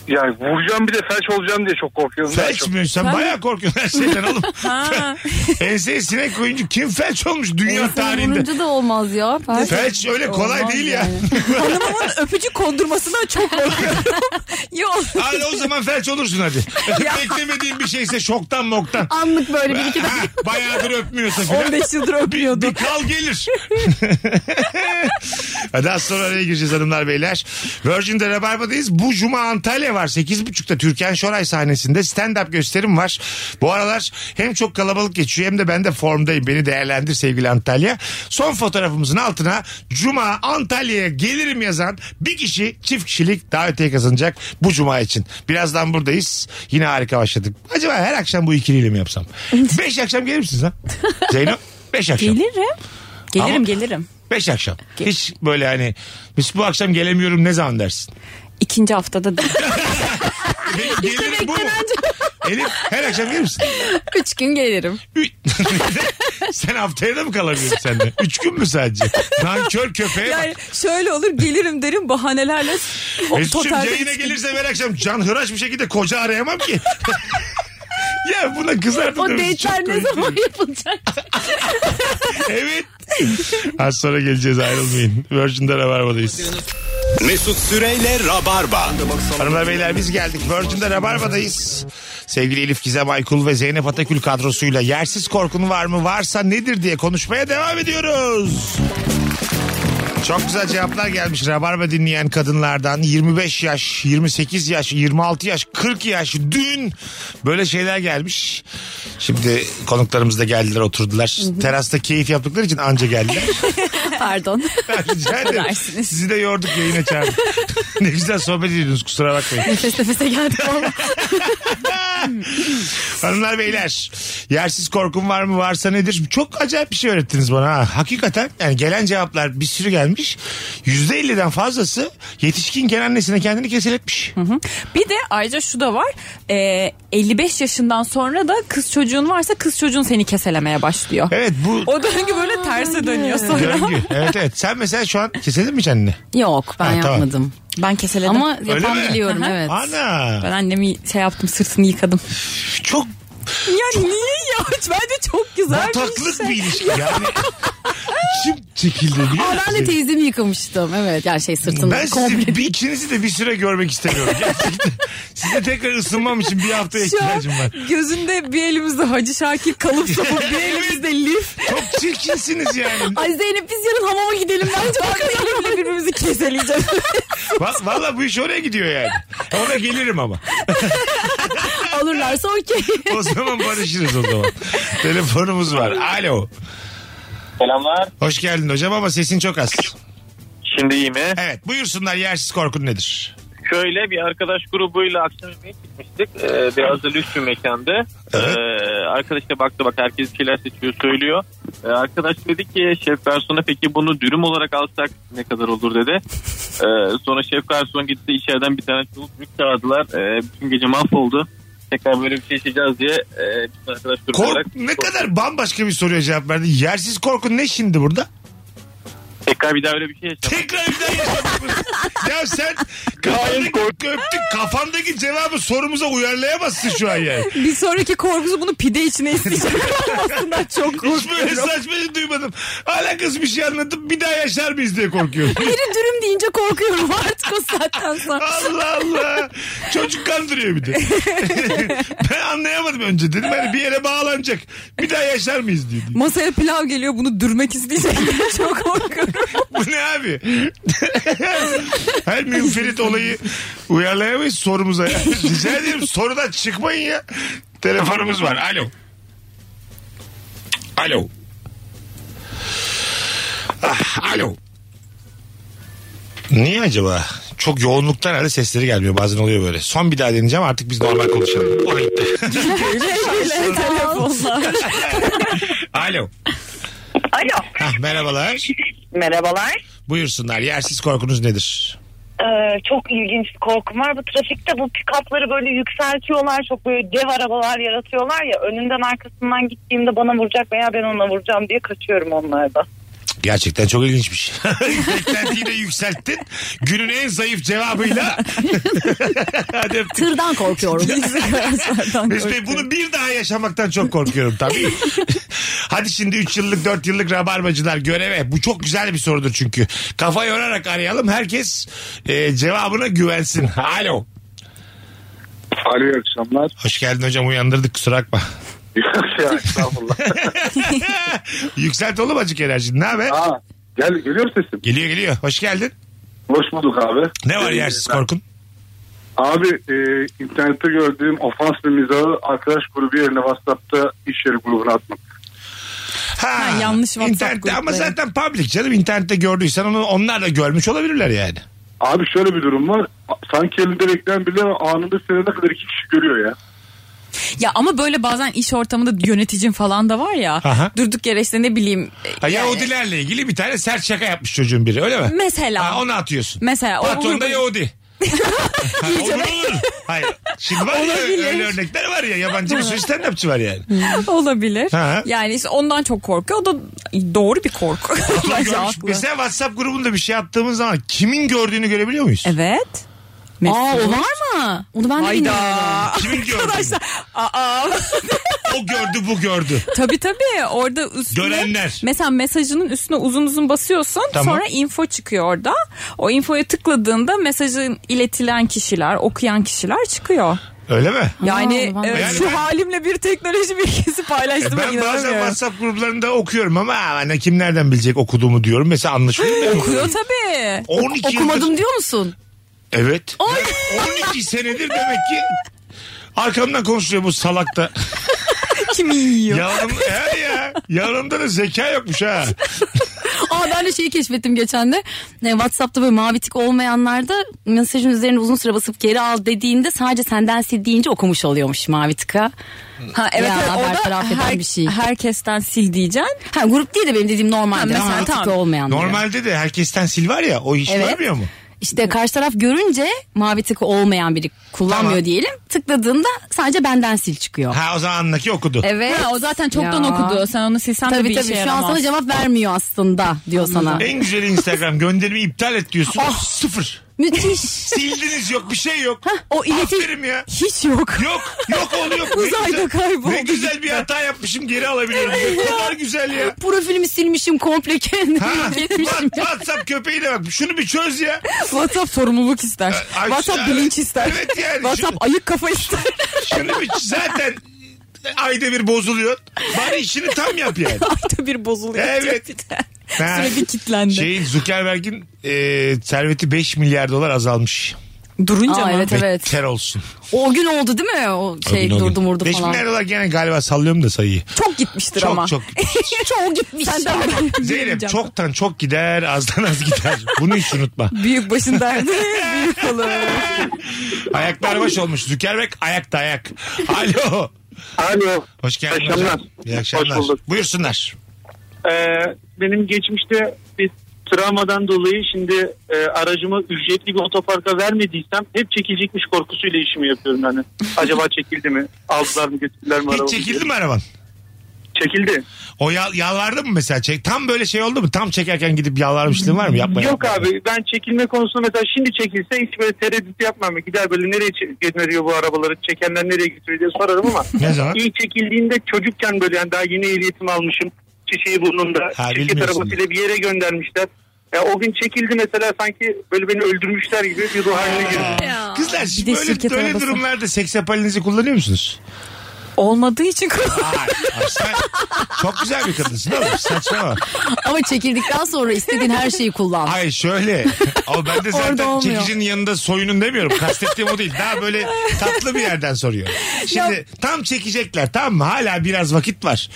S9: Yani vuracağım bir de felç olacağım diye çok korkuyorum. daha
S3: Felç
S9: çok.
S3: mi? Sen
S6: Ben-
S3: bayağı korkuyorsun her şeyden oğlum. (laughs)
S6: Ha.
S3: Enseye sinek koyunca kim felç olmuş dünya
S7: Enseye
S3: tarihinde?
S7: vurunca da olmaz ya. Felç.
S3: Felç öyle kolay
S7: Olmaz
S3: değil ya.
S7: yani.
S6: Hanımımın öpücük kondurmasından çok korkuyorum. (laughs) Yok.
S3: (laughs) Hadi o zaman felç olursun hadi. Beklemediğin bir şeyse şoktan moktan.
S7: Anlık böyle bir iki
S3: Ha, bayağıdır öpmüyorsa filan.
S6: 15
S3: Bir,
S6: yıldır öpmüyordu.
S3: bir kal gelir. Hadi az sonra araya gireceğiz hanımlar beyler. Virgin'de Rabarba'dayız. Bu cuma Antalya var. 8.30'da Türkan Şoray sahnesinde stand-up gösterim var. Bu aralar hem çok kalabalık geçiyor hem de ben de formdayım. Beni değerlendir sevgili Antalya. Son fotoğrafımızın altına cuma Antalya'ya gelirim yazan bir kişi çift kişilik davetiye kazanacak bu cuma için. Birazdan buradayız. Yine harika başladık. Acaba her akşam bu ikiliyle mi yapsam? Beş akşam gelir misiniz ha? Zeyno? Beş akşam.
S6: Gelirim. Gelirim
S3: Ama-
S6: gelirim.
S3: Beş akşam. Hiç böyle hani biz bu akşam gelemiyorum ne zaman dersin?
S6: İkinci haftada da.
S3: Benim gelirim bu mu? (laughs) Elif her akşam gelir misin?
S7: (laughs) Üç gün gelirim.
S3: Ü- (laughs) sen haftaya da mı kalamıyorsun sen de? Üç gün mü sadece? Nankör köpeğe bak.
S6: yani şöyle olur gelirim derim bahanelerle. o
S3: Mesut'cum
S6: totalde
S3: yayına
S6: risk-
S3: gelirse her akşam can hıraş bir şekilde koca arayamam ki. (laughs) ya buna kızardım.
S7: O
S3: da biz çok
S7: date'ler ne
S3: komik.
S7: zaman
S3: (laughs)
S7: yapılacak?
S3: Evet. Az sonra geleceğiz ayrılmayın. Virgin'de Rabarba'dayız.
S2: Mesut Süreyle Rabarba.
S3: Hanımlar beyler biz geldik. Virgin'de Rabarba'dayız. Sevgili Elif Gizem Aykul ve Zeynep Atakül kadrosuyla yersiz korkun var mı varsa nedir diye konuşmaya devam ediyoruz. Çok güzel cevaplar gelmiş Rabarba dinleyen kadınlardan. 25 yaş, 28 yaş, 26 yaş, 40 yaş dün böyle şeyler gelmiş. Şimdi konuklarımız da geldiler oturdular. Terasta keyif yaptıkları için anca geldiler.
S7: Pardon.
S3: Rica ederim.
S6: Affedersiniz.
S3: Sizi de yorduk yayına çağırdık. (laughs) ne güzel sohbet ediyordunuz kusura bakmayın.
S7: Nefes nefese geldik.
S3: Hanımlar beyler yersiz korkum var mı varsa nedir? Çok acayip bir şey öğrettiniz bana ha. Hakikaten yani gelen cevaplar bir sürü gelmiş. %50'den fazlası yetişkinken annesine kendini keseletmiş.
S6: Bir de ayrıca şu da var. Ee, 55 yaşından sonra da kız çocuğun varsa kız çocuğun seni keselemeye başlıyor.
S3: Evet bu
S6: O döngü böyle terse dönüyor sonra.
S3: döngü. Evet evet sen mesela şu an keselir mi kendini?
S7: Yok ben
S3: Ha, tamam.
S7: yapmadım.
S6: Ben keseledim.
S7: Ama
S6: Ama
S7: yapan
S3: mi?
S7: biliyorum
S6: Aha.
S7: evet.
S3: Ana
S6: ben annemi şey yaptım sırtını yıkadım.
S3: çok
S6: Ya niye ya? (laughs) Bence çok güzel şey.
S3: bataklık bir ilişki yani. (laughs) İçim çekildi biliyor musun?
S7: Aa, ben de teyzemi yıkamıştım. Evet yani şey sırtını
S3: Ben
S7: komple.
S3: sizi, bir ikinizi de bir süre görmek istemiyorum.
S6: (laughs)
S3: Gerçekten. Size tekrar ısınmam için bir hafta
S6: Şu an
S3: ihtiyacım var.
S6: gözünde bir elimizde Hacı
S3: (laughs)
S6: Şakir kalıp sapı bir elimizde lif.
S3: Çok çirkinsiniz yani.
S7: Ay Zeynep biz yarın hamama gidelim bence o kadar.
S6: Elimle birbirimizi keseleyeceğiz.
S3: Va- Valla bu iş oraya gidiyor yani. Ona gelirim ama.
S7: (laughs) Alırlarsa okey.
S3: O zaman barışırız o zaman. Telefonumuz var. Alo.
S9: Selamlar.
S3: Hoş geldin hocam ama sesin çok az.
S9: Şimdi iyi mi?
S3: Evet buyursunlar yersiz korkun nedir?
S9: Şöyle bir arkadaş grubuyla akşam yemeğe gitmiştik. Ee, biraz da lüks bir mekanda. Ee, arkadaş da baktı bak herkes bir şeyler seçiyor söylüyor. Ee, arkadaş dedi ki şef garsona peki bunu dürüm olarak alsak ne kadar olur dedi. Ee, sonra şef garson gitti içeriden bir tane çubuk yük çağırdılar. Ee, bütün gece mahvoldu. Tekrar böyle bir şey içeceğiz diye e, bütün arkadaş grubu
S3: Kork
S9: olarak-
S3: ne kadar bambaşka bir soruya cevap verdi. Yersiz korkun ne şimdi burada?
S9: Tekrar bir daha öyle bir şey yaşamak.
S3: Tekrar bir daha yaşadık bunu. Ya sen kafandaki, öptük, kafandaki cevabı sorumuza uyarlayamazsın şu an yani.
S6: bir sonraki korkusu bunu pide
S3: (laughs)
S6: içine isteyeceğim. Aslında çok
S3: Hiç böyle saçma şey duymadım. Alakasız bir şey anlatıp bir daha yaşar mıyız diye korkuyorum.
S7: Biri dürüm deyince korkuyorum artık o saatten sonra.
S3: Allah Allah. Çocuk kandırıyor bir de. (laughs) ben anlayamadım önce. Dedim hani bir yere bağlanacak. Bir daha yaşar mıyız diye.
S6: Masaya pilav geliyor bunu dürmek isteyecek.
S7: (laughs)
S6: (laughs) çok korkuyorum.
S3: Bu ne abi? Her münferit olayı uyarlayamayız sorumuza. Ya. Rica ederim sorudan çıkmayın ya. Telefonumuz var. Alo. Alo. Ah, alo. Niye acaba? Çok yoğunluktan herhalde sesleri gelmiyor. Bazen oluyor böyle. Son bir daha deneyeceğim artık biz normal konuşalım. O gitti. (laughs)
S6: Telefonlar.
S3: Alo.
S8: Alo.
S3: Ah, merhabalar.
S8: Merhabalar.
S3: Buyursunlar. Yersiz korkunuz nedir?
S8: Ee, Ee, çok ilginç bir korkum var. Bu trafikte bu pikapları böyle yükseltiyorlar. Çok böyle dev arabalar yaratıyorlar ya. Önünden arkasından gittiğimde bana vuracak veya ben ona vuracağım diye kaçıyorum onlarda.
S3: Gerçekten çok şey. ilginçmiş. (laughs) Beklentiyi de yükselttin. Günün en zayıf cevabıyla. Hadi öptük.
S7: Tırdan korkuyorum.
S3: Mesut Bey bunu bir daha yaşamaktan çok korkuyorum tabii. Hadi şimdi 3 yıllık 4 yıllık rabarbacılar göreve. Bu çok güzel bir sorudur çünkü. Kafa yorarak arayalım. Herkes e, cevabına güvensin. Alo.
S9: Alo iyi (laughs) akşamlar.
S3: Hoş geldin hocam uyandırdık kusura bakma. (laughs)
S9: ya, (laughs) estağfurullah.
S3: Yükselt oğlum acık enerjini. Ne haber?
S9: Aa, gel geliyor sesim.
S3: Geliyor geliyor. Hoş geldin.
S9: Hoş bulduk abi. Ee,
S3: Ne var yersiz korkun?
S9: Abi e, internette gördüğüm ofans ve mizahı arkadaş grubu yerine WhatsApp'ta iş yeri grubuna atmak.
S6: Ha, yanlış WhatsApp
S3: internette, Ama
S6: grupları.
S3: zaten public canım. internette gördüysen onu onlar da görmüş olabilirler yani.
S9: Abi şöyle bir durum var. Sanki elinde bekleyen bile anında seni ne kadar iki kişi görüyor ya.
S6: Ya ama böyle bazen iş ortamında yöneticin falan da var ya.
S3: Aha.
S6: Durduk yere işte ne bileyim.
S3: Ha,
S6: yani-
S3: Yahudilerle ilgili bir tane sert şaka yapmış çocuğun biri öyle mi?
S6: Mesela.
S3: Ha, onu atıyorsun.
S6: Mesela o
S3: Patron
S6: olur
S3: da
S6: bu-
S3: Yahudi. ha, olur olur. Hayır. Şimdi var ya
S6: Olabilir.
S3: öyle örnekler var ya yabancı bir sürü stand var yani.
S6: (laughs) Olabilir.
S3: Ha.
S6: Yani işte ondan çok korkuyor. O da doğru
S3: (laughs)
S6: bir korku. Bence
S3: Görmüş.
S6: haklı.
S3: Mesela WhatsApp grubunda bir şey attığımız zaman kimin gördüğünü görebiliyor muyuz?
S6: Evet.
S7: Aa o
S6: Mesut.
S7: var mı? Onu ben de bilmiyorum.
S3: Kimin gördüğünü?
S6: Arkadaşlar. Aa.
S3: O gördü bu gördü.
S6: tabii tabii orada üstüne.
S3: Görenler.
S6: Mesela mesajının üstüne uzun uzun basıyorsun.
S3: Tamam.
S6: Sonra info çıkıyor orada. O infoya tıkladığında mesajın iletilen kişiler, okuyan kişiler çıkıyor.
S3: Öyle mi?
S6: Yani
S7: Aa, ben-
S6: e,
S3: Yani
S6: şu
S3: ben- E,
S6: halimle bir teknoloji bilgisi paylaştım.
S3: Ben bazen WhatsApp gruplarında okuyorum ama hani kim nereden bilecek okuduğumu diyorum. Mesela anlaşılıyor mu?
S6: Okuyor tabii.
S3: 12 yıldır-
S7: Okumadım diyor musun?
S3: Evet. 12 senedir demek ki arkamdan konuşuyor bu salak da.
S6: Kimi yiyor?
S3: Yalan, he ya. Yanımda da zeka yokmuş ha.
S7: Aa ben de şeyi keşfettim geçen de. Ne, Whatsapp'ta böyle mavi tik olmayanlarda mesajın üzerine uzun süre basıp geri al dediğinde sadece senden sil deyince okumuş oluyormuş mavi tika.
S6: Ha, evet,
S7: Ya,
S6: evet, o da
S7: bertaraf eden
S6: her-
S7: bir şey.
S6: herkesten sil diyeceksin.
S7: Ha grup değil de benim dediğim normalde
S6: Ha, mesela
S7: mavi
S6: tamam.
S7: tiki olmayanlara.
S3: Normalde de herkesten sil var ya o hiç
S7: Evet.
S3: görmüyor mu?
S7: İşte karşı taraf görünce mavi tıkı olmayan biri kullanmıyor
S3: Tamam.
S7: diyelim. Tıkladığında sadece benden sil çıkıyor.
S3: Ha o zaman anlaki okudu.
S7: Evet.
S6: Ha, o zaten çoktan
S7: Ya.
S6: okudu. Sen onu silsen de
S7: Tabii
S6: bir
S7: tabii
S6: işe
S7: şu an
S6: yaramaz.
S7: sana cevap vermiyor aslında diyor sana.
S3: En güzeli Instagram gönderimi iptal et diyorsun. Sıfır. (laughs)
S7: Müthiş.
S3: Sildiniz yok bir şey yok.
S7: o ileti-
S3: Aferin ya.
S7: Hiç yok.
S3: Yok yok oğlu yok. Ne
S7: Uzayda
S3: güzel-
S7: kayboldu
S3: Ne güzel bir hata yapmışım geri alabiliyorum.
S7: (laughs)
S3: Ne kadar güzel ya.
S7: Profilimi silmişim komple kendimi
S3: Ha,
S7: yok etmişim.
S3: WhatsApp köpeği de bak şunu bir çöz ya.
S6: WhatsApp sorumluluk ister.
S3: Ay,
S6: WhatsApp
S3: evet.
S6: bilinç ister.
S3: Evet yani.
S6: WhatsApp ayık kafa ister.
S3: Şunu bir zaten ayda bir bozuluyor. Bari işini tam yap
S7: (laughs)
S3: yani.
S6: Ayda (laughs) bir bozuluyor.
S3: Evet.
S6: Bir de.
S3: Ha.
S6: Sürekli kilitlendi.
S3: Şeyin Zuckerberg'in e, serveti 5 milyar dolar azalmış.
S6: Durunca
S7: Aa,
S6: mı?
S7: evet evet.
S3: Beter olsun.
S7: O gün oldu değil mi? O şey durdu murdu
S3: 5
S7: falan.
S3: milyar dolar gene galiba sallıyorum da sayıyı.
S6: Çok gitmiştir
S3: Çok
S6: (laughs) ama.
S7: (laughs)
S3: çok.
S7: Çok gitmiş.
S6: Sen (laughs) de
S3: Zeynep çoktan çok gider azdan az gider. Bunu hiç
S7: (laughs)
S3: unutma.
S6: Büyük
S3: (laughs)
S6: başın derdi. Büyük kalır.
S3: Ayaklar baş olmuş. Zuckerberg ayakta ayak. Alo.
S9: Alo.
S3: Hoş geldin
S9: İyi akşamlar.
S3: hocam. İyi akşamlar.
S9: Hoş bulduk.
S3: Buyursunlar.
S9: Ee, benim geçmişte bir travmadan dolayı şimdi e, aracımı ücretli bir otoparka vermediysem hep çekilecekmiş korkusuyla işimi yapıyorum hani. Acaba çekildi mi? Aldılar mı götürdüler mi arabamı
S3: Hiç
S9: diye.
S3: çekildi mi araban?
S9: Çekildi.
S3: O yal, yalvardı mı mesela? Çek, tam böyle şey oldu mu? Tam çekerken gidip yalvarmışlığın var mı? Yapma.
S9: Yok
S3: yapma.
S9: abi ben çekilme konusunda mesela şimdi çekilse hiç böyle tereddüt yapmam. Gider böyle nereye çe- gönderiyor bu arabaları çekenler nereye götürüyor diye sorarım ama.
S3: Ne zaman?
S9: İyi çekildiğinde çocukken böyle yani daha yeni ehliyetimi almışım. Çiçeği burnunda.
S3: Ha,
S9: Şirket
S3: bilmiyorsun.
S9: arabasıyla bir yere göndermişler. Ya o gün çekildi mesela sanki böyle beni öldürmüşler gibi bir ruh haline girdi.
S3: Kızlar siz
S6: Bir de
S3: böyle,
S6: şirket
S3: böyle
S6: arabası.
S3: durumlarda seksapalinizi kullanıyor musunuz?
S6: Olmadığı için (laughs) kullan-
S3: Ay, ay sen çok güzel bir kadınsın oğlum. Saçmalama.
S7: Ama çekildikten sonra istediğin her şeyi kullan.
S3: Ay
S7: (laughs)
S3: şöyle. Ama ben de
S7: Orada
S3: zaten
S7: olmuyor.
S3: çekicinin yanında soyunun demiyorum. Kastettiğim o değil. Daha
S7: (laughs)
S3: böyle tatlı bir yerden soruyor. Şimdi tam çekecekler tamam mı? Hala biraz vakit var.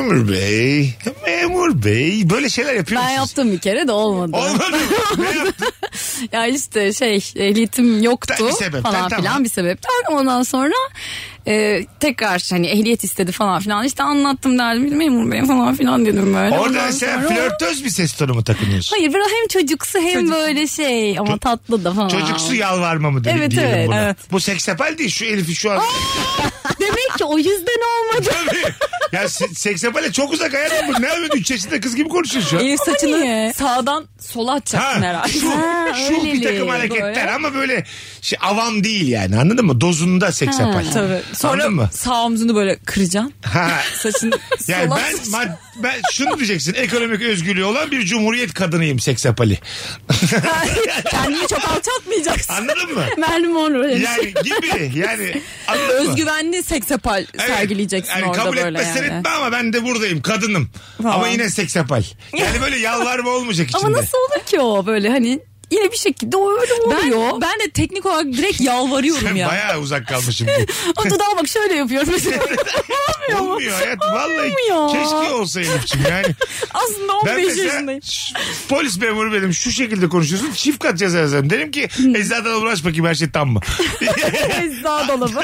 S3: Memur bey. Memur bey. Böyle şeyler yapıyor
S7: Ben
S3: musunuz?
S7: yaptım bir kere de olmadı.
S3: şey. Olmadı.
S7: (laughs)
S3: Ne yaptın?
S7: Ya işte şey ehliyetim yoktu
S3: Bir sebepten,
S7: falan
S3: tamam.
S7: filan bir sebepten. Ondan sonra e, e, tekrar hani ehliyet istedi falan filan. İşte anlattım derdim memur bey falan filan dedim böyle. Ondan
S3: Orada sen
S7: sonra-
S3: flörtöz bir ses tonu mu takınıyorsun?
S7: Hayır biraz hem çocuksu hem böyle şey ama tatlı da falan.
S3: Çocuksu yalvarma mı dedi,
S7: Evet,
S3: diyelim
S7: evet,
S3: buna.
S7: evet.
S3: Bu seksapal değil şu Elif'i şu an.
S7: Demek ki o yüzden olmadı.
S3: Tabii. (laughs) ya se- seksapale çok uzak hayatım bu. Ne yapıyorsun? 3 yaşında kız gibi konuşuyorsun şu an.
S6: Elif saçını
S7: niye?
S6: sağdan sola atacaksın
S3: Ha,
S6: herhalde.
S3: şu,
S7: Ha,
S3: şu bir
S7: öyleli.
S3: takım hareketler
S7: Böyle.
S3: ama böyle şey, avam değil yani anladın mı? Dozunda seksapal.
S6: Tabii. Sonra
S3: Anladın mı?
S6: sağ omzunu böyle kıracaksın. (laughs)
S3: Ha.
S6: Saçını
S3: (laughs) Yani
S6: sola
S3: ben,
S6: atacaksın.
S3: ma- ben şunu diyeceksin ekonomik özgürlüğü olan bir cumhuriyet kadınıyım seksapali.
S6: (laughs) Kendini çok alçaltmayacaksın.
S3: Anladın
S6: (laughs)
S3: mı?
S7: Marilyn Monroe.
S3: Yani gibi yani anladın mı?
S6: Özgüvenli seksapal
S3: Evet.
S6: sergileyeceksin
S3: Yani
S6: orada
S3: kabul
S6: böyle
S3: etmez
S6: yani.
S3: etme ama ben de buradayım kadınım.
S6: Tamam.
S3: Ama yine seksapal. Yani böyle yalvarma
S6: (laughs)
S3: olmayacak içinde.
S7: Ama nasıl olur ki o böyle hani yine bir şekilde o öyle oluyor.
S6: Ben, ben de teknik olarak direkt yalvarıyorum
S3: Ben
S6: ya.
S3: bayağı uzak
S6: (laughs)
S3: kalmışım.
S7: O dudağı bak şöyle (laughs) yapıyor mesela. Olmuyor mu?
S3: Olmuyor hayat. Vallahi
S7: Olmuyor.
S3: keşke olsa Elif'ciğim yani.
S6: Aslında
S3: Ben
S6: 15
S3: mesela
S6: yaşındayım.
S3: ş- polis memuru benim şu şekilde konuşuyorsun çift kat ceza yazarım. Dedim ki
S6: Hmm.
S3: eczadan uğraş bakayım her şey tam
S6: (laughs)
S3: mı? (laughs)
S7: Eczada dolabı.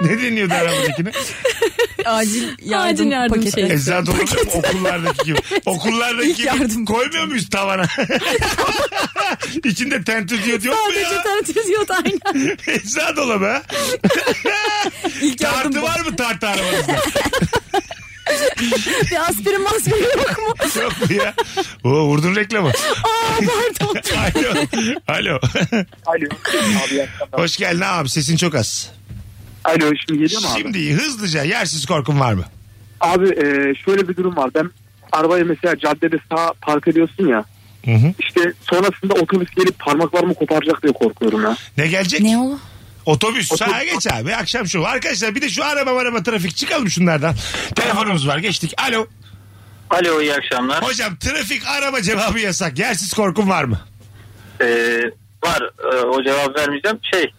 S3: ne deniyordu arabadakine?
S6: Acil yardım,
S7: Acil yardım
S6: paketi.
S7: şey. (laughs)
S3: Eczada dolabı okullardaki gibi. Okullardaki
S6: (laughs) İlk
S3: gibi
S6: yardım
S3: koymuyor muyuz
S6: (laughs)
S3: tavana? İçinde tentür diyor yok mu
S7: Sadece
S3: ya? (laughs)
S7: tentüz yot aynen.
S3: Eczada dolabı ha?
S6: (laughs) İlk yardım
S3: Tartı
S6: paketi.
S3: var mı tartı arabanızda?
S6: (laughs)
S7: Bir aspirin maspirin yok mu?
S3: yok mu ya? Oo, vurdun reklamı.
S7: Aa pardon.
S3: Alo. Alo. (laughs)
S9: Alo. Abi, iyi akşamlar.
S3: Hoş geldin abi sesin çok az.
S9: Alo şimdi geliyor mu abi?
S3: Şimdi hızlıca yersiz korkun var mı?
S9: Abi e, şöyle bir durum var. Ben arabayı mesela caddede sağ park ediyorsun ya.
S3: Hı hı.
S9: İşte sonrasında otobüs gelip parmaklarımı koparacak diye korkuyorum ya.
S3: Ne gelecek?
S7: Ne o?
S3: Otobüs sağa geç abi akşam şu. Arkadaşlar bir de şu araba araba trafik çıkalım şunlardan. Telefonumuz var geçtik. Alo.
S9: Alo iyi akşamlar.
S3: Hocam trafik araba cevabı yasak. Yersiz korkun var mı?
S9: Ee, var Ee, o cevap vermeyeceğim. Şey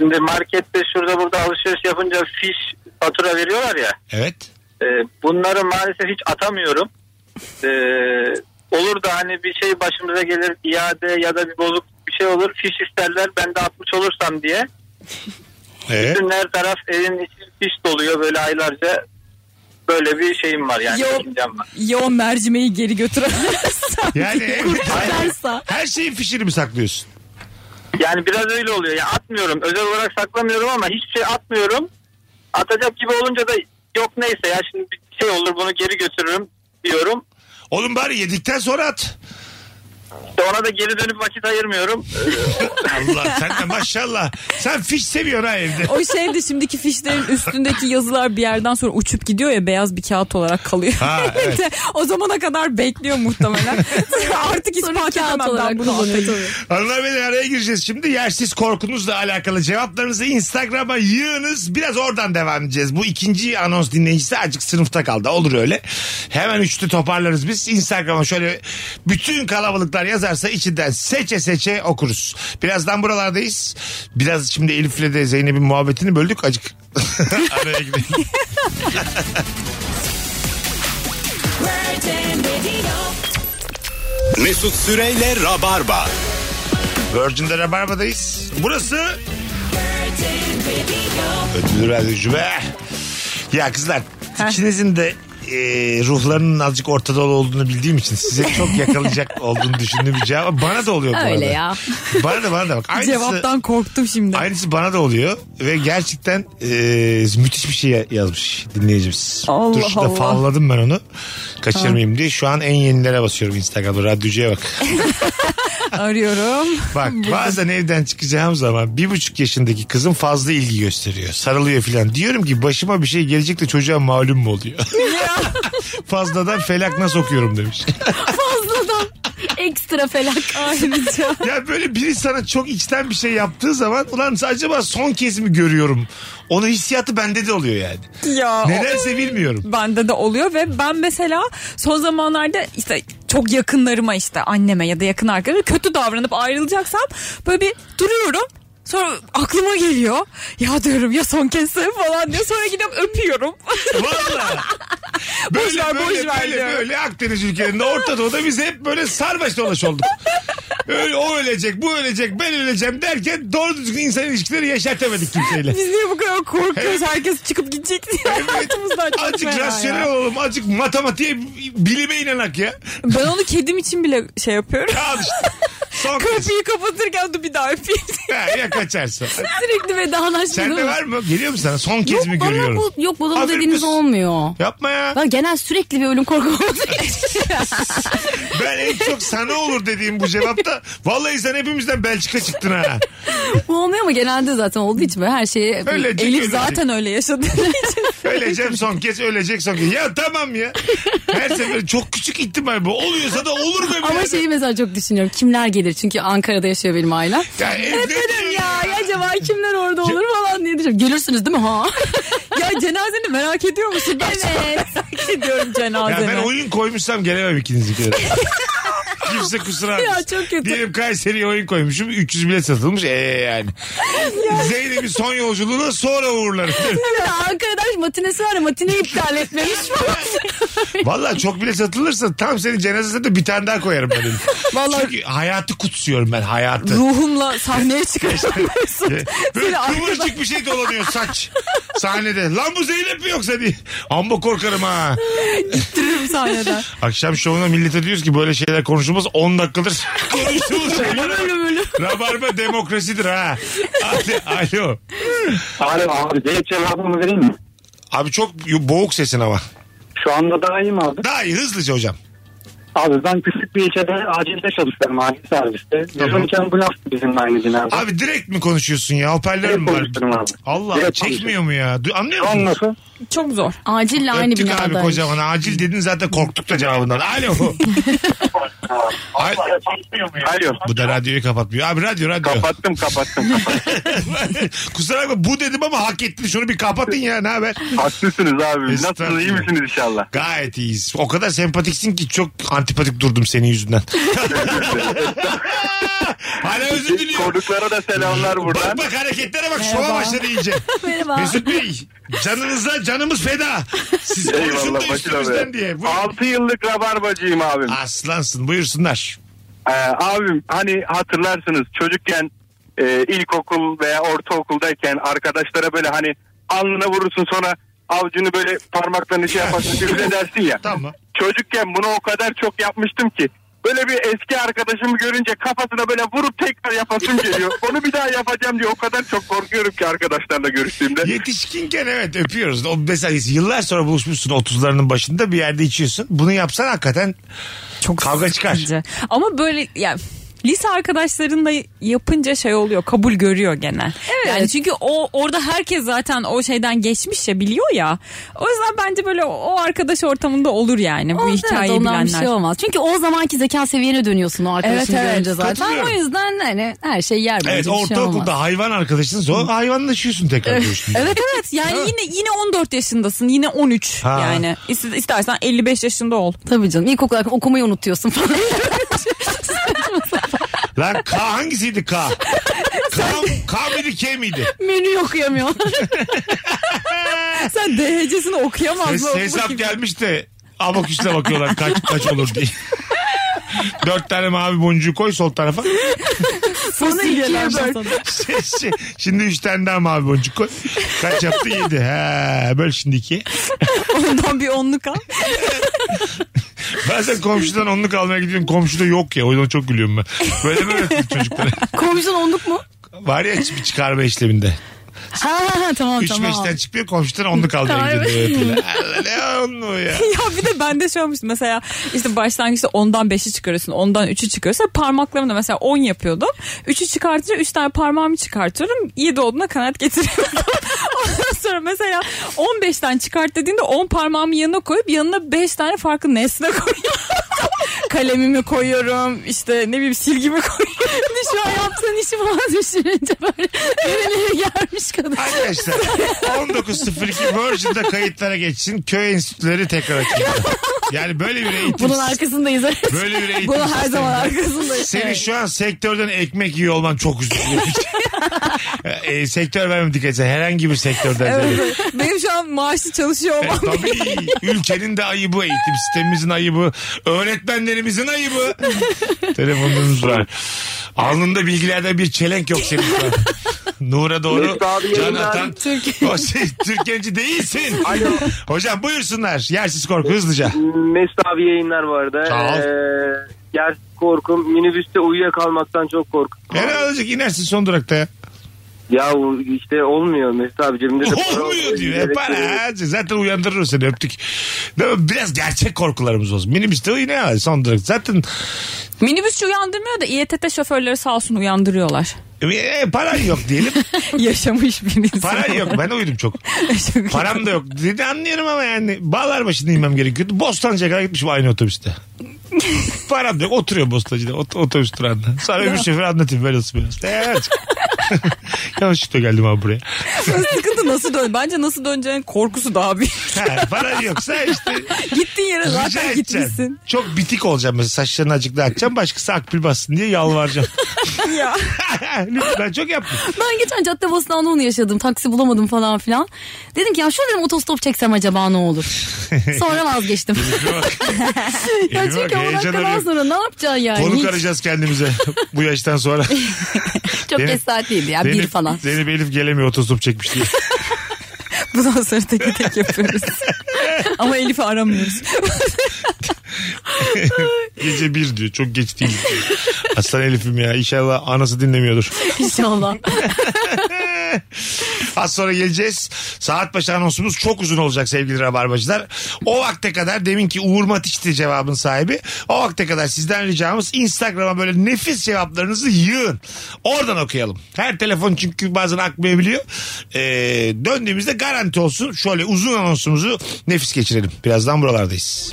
S9: şimdi markette şurada burada alışveriş yapınca fiş fatura veriyorlar ya.
S3: Evet.
S9: Ee, bunları maalesef hiç atamıyorum. Ee, olur da hani bir şey başımıza gelir iade ya da bir bozuk bir şey olur fiş isterler ben de atmış olursam diye.
S3: Ee?
S9: Bütün her taraf evin içi fiş doluyor böyle aylarca böyle bir şeyim var yani.
S6: Yo.
S9: çekincem var.
S6: Yoğun mercimeği geri götüremezsen.
S3: Yani
S6: diye.
S3: evet.
S7: Dersa.
S3: her şeyin fişini mi saklıyorsun?
S9: Yani biraz öyle oluyor ya atmıyorum özel olarak saklamıyorum ama hiçbir şey atmıyorum. Atacak gibi olunca da yok neyse ya şimdi bir şey olur bunu geri götürürüm diyorum.
S3: Oğlum bari yedikten sonra at.
S9: İşte ona da geri dönüp vakit ayırmıyorum.
S3: Allah sen de maşallah. Sen fiş seviyorsun ha evde.
S6: O şeydi şimdiki fişlerin üstündeki yazılar bir yerden sonra uçup gidiyor ya beyaz bir kağıt olarak kalıyor.
S3: Ha, evet.
S6: De (laughs) o zamana kadar bekliyor
S7: (laughs)
S6: muhtemelen. Artık
S7: Sonra
S6: ispat
S7: kağıt
S6: edemem
S7: olarak
S6: ben bunu.
S7: kullanıyor.
S3: Hanımlar beyler araya gireceğiz şimdi. Yersiz korkunuzla alakalı cevaplarınızı Instagram'a yığınız. Biraz oradan devam edeceğiz. Bu ikinci anons dinleyicisi acık sınıfta kaldı. Olur öyle. Hemen üçlü toparlarız biz. Instagram'a şöyle bütün kalabalıklar yazarsa içinden seçe seçe okuruz. Birazdan buralardayız. Biraz şimdi Elif'le de Zeynep'in muhabbetini böldük acık. (laughs) araya gidelim.
S2: Mesut Süreyle Rabarba.
S3: Virgin'de Rabarba'dayız. Burası... Ödül Radyocu be. Ya kızlar ikinizin de e, ruhlarının azıcık Orta Doğu olduğunu bildiğim için size çok
S6: (laughs)
S3: yakalayacak olduğunu düşündüğüm bir cevap. Bana da oluyor bu
S7: Öyle
S3: arada.
S7: ya.
S3: Bana da bana da bak. Aynısı,
S6: Cevaptan korktum şimdi.
S3: aynısı bana da oluyor ve gerçekten e, müthiş bir şey yazmış dinleyicimiz.
S6: Allah
S3: Dur şurada
S6: Allah.
S3: favladım ben onu kaçırmayayım diye. Şu an en yenilere basıyorum Instagram'da radyocuya bak.
S7: (laughs)
S6: Arıyorum.
S3: Bak bazen evden çıkacağım zaman bir buçuk yaşındaki kızım fazla ilgi gösteriyor. Sarılıyor filan. Diyorum ki başıma bir şey gelecek de çocuğa malum mu oluyor? (laughs) Fazladan felakna sokuyorum demiş.
S7: Fazladan. Ekstra felak.
S3: (laughs)
S7: Ayrıca.
S3: ya böyle biri sana çok içten bir şey yaptığı zaman ulan acaba son kez mi görüyorum? Onun hissiyatı bende de oluyor yani.
S6: Ya o-
S3: Nedense
S6: (laughs)
S3: bilmiyorum.
S6: bende de oluyor ve ben mesela son zamanlarda işte çok yakınlarıma işte anneme ya da yakın arkadaşıma kötü davranıp ayrılacaksam böyle bir duruyorum. Sonra aklıma geliyor. Ya diyorum ya son kez (laughs) falan diye sonra gidip öpüyorum. (laughs)
S3: Valla.
S6: Boş
S3: Böyle
S6: ver, boş
S3: böyle
S6: ver
S3: böyle,
S6: diyorum. (laughs)
S3: böyle Akdeniz ülkelerinde Orta Doğu'da biz hep böyle sarbaş dolaş olduk. Öyle, o ölecek, bu ölecek, ben öleceğim derken doğru düzgün insan ilişkileri yaşartamadık kimseyle.
S6: Biz niye bu kadar korkuyoruz? Herkes çıkıp gidecek diye hayatımızdan (laughs) çok
S3: Azıcık
S6: fena ya.
S3: rasyonel olalım. Azıcık matematiğe, bilime inanak ya.
S6: Ben onu kedim için bile
S3: (laughs)
S6: şey yapıyorum.
S3: Al işte. Son kız.
S6: Kapıyı kapatırken dur bir daha öpeyim diye.
S3: Ha, ya kaçarsın.
S7: Sürekli vedalaşma
S3: Sende
S7: değil mi?
S3: var mı? Geliyor mu sana? Son kez
S7: Yok
S3: mi
S7: bana
S3: görüyorum?
S7: bu, yok bana bu
S3: Aferin
S7: dediğiniz
S3: kız.
S7: olmuyor.
S3: Yapma ya.
S7: Ben genel sürekli bir ölüm
S6: (laughs)
S7: korkum olduğu için.
S3: Ben en çok sana olur dediğim bu cevapta. Vallahi sen hepimizden Belçika çıktın ha.
S7: Bu olmuyor ama genelde zaten olduğu için böyle her şeye
S3: Öyle
S6: Elif
S3: ölecek.
S6: zaten öyle yaşadı.
S3: Öleceğim son kez ölecek son kez. Ya tamam ya. Her sefer çok küçük ihtimal bu. Oluyorsa da olur be.
S7: Ama şey,
S3: birader.
S7: şeyi mesela çok düşünüyorum. Kimler gelir? Çünkü Ankara'da yaşıyor benim ailem.
S3: Ya Elif ne diyor
S7: Dedim ya, ya acaba kimler orada olur falan diye düşünüyorum. Gelirsiniz değil mi ha?
S6: (laughs) ya cenazeni merak ediyor musun? Ben çok
S7: evet.
S6: merak ediyorum
S3: Ya
S6: cenazeni.
S3: ben oyun koymuşsam gelemem ikinizi
S7: (laughs)
S3: kere. Kimse kusura bakmasın.
S7: Ya çok kötü.
S3: Diyelim Kayseri'ye oyun koymuşum. 300 bilet satılmış. Ee yani. Zeynep'in son yolculuğuna sonra
S7: (laughs)
S3: uğurlarım.
S7: Evet, Ankara'da şu matinesi var ya matine iptal etmemiş (laughs) falan.
S3: Valla çok bilet satılırsa tam senin cenazesine de bir tane daha koyarım ben. Elif.
S6: Vallahi-
S3: Çünkü hayatı kutsuyorum ben hayatı.
S6: Ruhumla sahneye çıkıyorum
S7: (laughs)
S6: Mesut.
S3: Böyle
S6: Seni arkadan-
S3: kıvırcık bir şey dolanıyor saç. Sahnede. Lan bu Zeynep mi yoksa diye. Amma korkarım ha.
S6: Dururum sahneden.
S3: (laughs) Akşam şovuna millete diyoruz ki böyle şeyler konuşulmaz 10 dakikadır konuşulmuş şeyler.
S7: Ölüm ölüm.
S3: Rabarba demokrasidir ha. Hadi, Alo.
S9: Alo abi Zeynep cevabımı vereyim mi?
S3: Abi çok boğuk sesin ama.
S9: Şu anda daha iyi mi abi?
S3: Daha iyi hızlıca hocam.
S9: Abi ben küçük bir ilçede acilde çalışıyorum acil serviste. Bizim iki ambulans bizimle aynı binada.
S3: Abi direkt mi konuşuyorsun ya? Hoparlör mü var?
S9: konuşuyorum abi.
S3: Allah Allah,
S9: Direkt
S3: çekmiyor
S9: konuşuyorum.
S3: mu ya? Du- Anlıyor
S9: Şu an
S3: musun?
S9: nasıl?
S6: Çok zor.
S7: Acil aynı
S3: Öptük abi
S7: binadaymış.
S3: kocaman. Acil dedin zaten korktuk da
S9: (laughs)
S3: cevabından. Alo. Ay-
S9: Alo.
S3: Bu da radyoyu kapatmıyor. Abi radyo radyo.
S9: Kapattım kapattım. kapattım.
S3: (laughs) Kusura bakma bu dedim ama hak ettim. Şunu bir kapatın ya ne haber?
S9: Haklısınız abi. Nasılsınız iyi
S3: Estağfurullah.
S9: misiniz inşallah?
S3: Gayet iyiyiz. O kadar sempatiksin ki çok antipatik durdum senin yüzünden. (laughs) Hala özür diliyorum.
S9: Konuklara da selamlar buradan.
S3: Bak bak hareketlere bak şova başladı iyice.
S7: Merhaba.
S3: Mesut Bey canınıza canımız feda. Siz konuşun da
S9: Eyvallah başına
S3: üstümüzden
S9: be.
S3: diye. Buyur.
S9: 6 yıllık rabarbacıyım abim.
S3: Aslansın buyursunlar.
S9: Ee, abim hani hatırlarsınız çocukken e, ilkokul veya ortaokuldayken arkadaşlara böyle hani alnına vurursun sonra avcunu böyle parmaklarını şey yaparsın
S3: (laughs)
S9: küfür edersin ya.
S3: Tamam.
S9: Çocukken bunu o kadar çok yapmıştım ki böyle bir eski arkadaşımı görünce kafasına böyle vurup tekrar yapasım
S3: (laughs)
S9: geliyor. Onu bir daha yapacağım diye o kadar çok korkuyorum ki arkadaşlarla görüştüğümde.
S3: Yetişkinken evet öpüyoruz. O mesela yıllar sonra buluşmuşsun 30'larının başında bir yerde içiyorsun. Bunu yapsan hakikaten çok kavga çıkar.
S6: Bence. Ama böyle yani lise arkadaşlarında yapınca şey oluyor kabul görüyor genel. Yani çünkü o orada herkes zaten o şeyden geçmiş ya biliyor ya. O yüzden bence böyle o- o arkadaş ortamında olur yani bu
S7: Oldu, evet,
S6: hikayeyi
S7: ondan
S6: bilenler.
S7: bir şey olmaz. Çünkü o zamanki zeka seviyene dönüyorsun o arkadaşını
S6: Evet, evet.
S7: görünce zaten.
S3: Katılıyorum.
S7: O yüzden hani her şey yer bence
S3: Evet
S7: bir şey olmaz.
S3: ortaokulda hayvan arkadaşın sonra hayvanlaşıyorsun tekrar görüştüğünde.
S6: Evet evet yani yine yine 14 yaşındasın yine 13
S3: Ha.
S6: yani İste- istersen 55 yaşında ol.
S7: Tabii canım ilkokul okumayı unutuyorsun falan.
S3: Lan K hangisiydi K? K, K mıydı K
S7: (laughs)
S3: miydi?
S7: Menü
S3: (laughs)
S7: okuyamıyor.
S6: Sen DHC'sini okuyamaz mı?
S3: Hes- hesap gelmiş de abaküsle bakıyorlar kaç kaç olur diye. (laughs) Dört tane mavi boncuğu koy sol tarafa. (laughs)
S7: (laughs) Sana ikiye böl.
S3: Şey- şey- şimdi üç tane daha mavi boncuk koy. Kaç yaptı? Yedi. He, böl şimdi ikiye.
S6: Ondan bir onluk al.
S3: Bazen komşudan onluk almaya gidiyorum. Komşuda yok ya. O yüzden çok gülüyorum ben. Böyle mi öğrettik çocuklara?
S7: Komşudan onluk mu?
S3: Var ya bir çıkarma işleminde.
S7: Ha ha ha, tamam
S3: Üç
S7: tamam.
S3: beşten çıkıyor komşudan onluk almaya
S7: Ay,
S3: gidiyor. öğretmenler. Allah, ne onluğu ya.
S6: (laughs) ya bir de bende şey olmuştu mesela işte başlangıçta 10'dan 5'i çıkarıyorsun 10'dan 3'ü çıkarıyorsun parmaklarımda mesela 10 yapıyordum 3'ü çıkartınca 3 tane parmağımı çıkartıyorum 7 olduğuna kanaat getiriyordum (laughs) ondan sonra mesela 15'ten çıkart dediğinde 10 parmağımı yanına koyup yanına 5 tane farklı nesne koyuyorum (laughs) kalemimi koyuyorum işte ne bileyim silgimi koyuyorum
S7: Şu an yaptığın işi falan düşününce böyle (laughs) evine gelmiş kadın.
S3: Arkadaşlar 19.02 Virgin'de kayıtlara geçsin. Köy enstitüleri tekrar açılıyor. Yani böyle bir eğitim.
S7: Bunun arkasındayız.
S3: Böyle bir eğitim.
S7: Bunun her zaman
S3: sistemi.
S7: arkasındayız.
S3: Senin
S7: Evet. (laughs)
S3: şu an sektörden ekmek yiyor olman çok üzücü. (laughs) E, sektör vermem dikkat etse. Herhangi bir sektörden.
S6: Evet,
S3: Evet.
S6: evet. Benim şu an maaşlı çalışıyor
S3: E,
S6: olmam.
S3: tabii ülkenin de ayıbı, eğitim sistemimizin ayıbı, öğretmenlerimizin ayıbı. Telefonunuz var. Alnında bilgilerde bir çelenk yok senin şu an. Nura doğru.
S9: Mesut abi
S3: Can
S9: yayınlar.
S3: atan. O şey, Türkenci değilsin.
S9: Alo.
S3: Hocam buyursunlar. Yersiz korku hızlıca.
S9: Mesut abi yayınlar bu arada.
S3: Sağ ol.
S9: Ee, gerçek korkum minibüste uyuyakalmaktan çok korkuyorum.
S3: Nereye olacak inersin son durakta ya.
S9: Ya bu işte olmuyor Mesut abi cebimde de para
S3: Olmuyor diyor. E,
S9: Evet,
S3: para.
S9: evet.
S3: harca. Zaten uyandırır seni öptük. Değil mi? Biraz gerçek korkularımız olsun. Minibüste uyuyor son durakta. Zaten
S6: Minibüsçü uyandırmıyor da İETT şoförleri sağ olsun uyandırıyorlar. (laughs)
S3: e, paran yok diyelim.
S6: Yaşamış bir insan.
S3: Paran
S6: (laughs)
S3: yok. Ben uyudum çok.
S6: Yaşamış.
S3: Param da yok. Dedi anlıyorum ama yani bağlar başında inmem gerekiyordu. Bostancı'ya kadar gitmişim aynı otobüste. Param da yok. Oturuyor Bostancı'da. Ot otobüs durağında. Sonra öbür şoför anlatayım böyle nasıl böyle. nasıl. Evet. (laughs) Yanlışlıkla geldim abi buraya.
S6: Sıkıntı nasıl dön? Bence nasıl döneceğin korkusu daha büyük.
S3: Ha, paran yoksa işte
S6: (laughs) Gittiğin yere
S3: rica
S6: zaten
S3: edeceğim.
S6: gitmişsin.
S3: Çok bitik olacağım mesela. Saçlarını azıcık daha açacağım. Başkası akbil bassın diye yalvaracağım. (laughs)
S6: ya.
S3: Lütfen çok yapma.
S7: (laughs) Ben geçen cadde basınağında onu yaşadım. Taksi bulamadım falan filan. Dedim ki ya şöyle dedim otostop çeksem acaba ne olur?
S3: (laughs)
S7: Sonra vazgeçtim. (laughs) ya
S3: Elime bak,
S7: çünkü o
S3: heyecan
S7: dakikadan
S3: arıyorum.
S7: sonra ne yapacaksın yani?
S3: Konuk
S7: Hiç.
S3: arayacağız kendimize (laughs) bu yaştan sonra.
S7: Çok
S3: Zeynep-
S7: cesaret değildi (laughs) ya bir
S3: Zeynep-
S7: falan.
S3: Zeynep Elif gelemiyor otostop çekmiş diye.
S6: (laughs) Bundan sonra tek
S3: (laughs)
S6: tek yapıyoruz. Ama Elif'i
S7: (laughs)
S6: aramıyoruz.
S3: Gece bir diyor. Çok geç değil. diyor. Aslan Elif'im ya. İnşallah anası dinlemiyordur.
S7: İnşallah.
S3: Az sonra geleceğiz. Saat başı anonsumuz çok uzun olacak sevgili rabarbacılar. O vakte kadar demin ki Uğur Matiç'ti cevabın sahibi. O vakte kadar sizden ricamız Instagram'a böyle nefis cevaplarınızı yığın. Oradan okuyalım. Her telefon çünkü bazen akmayabiliyor. Ee, döndüğümüzde garanti olsun. Şöyle uzun anonsumuzu nefis geçirelim. Birazdan buralardayız.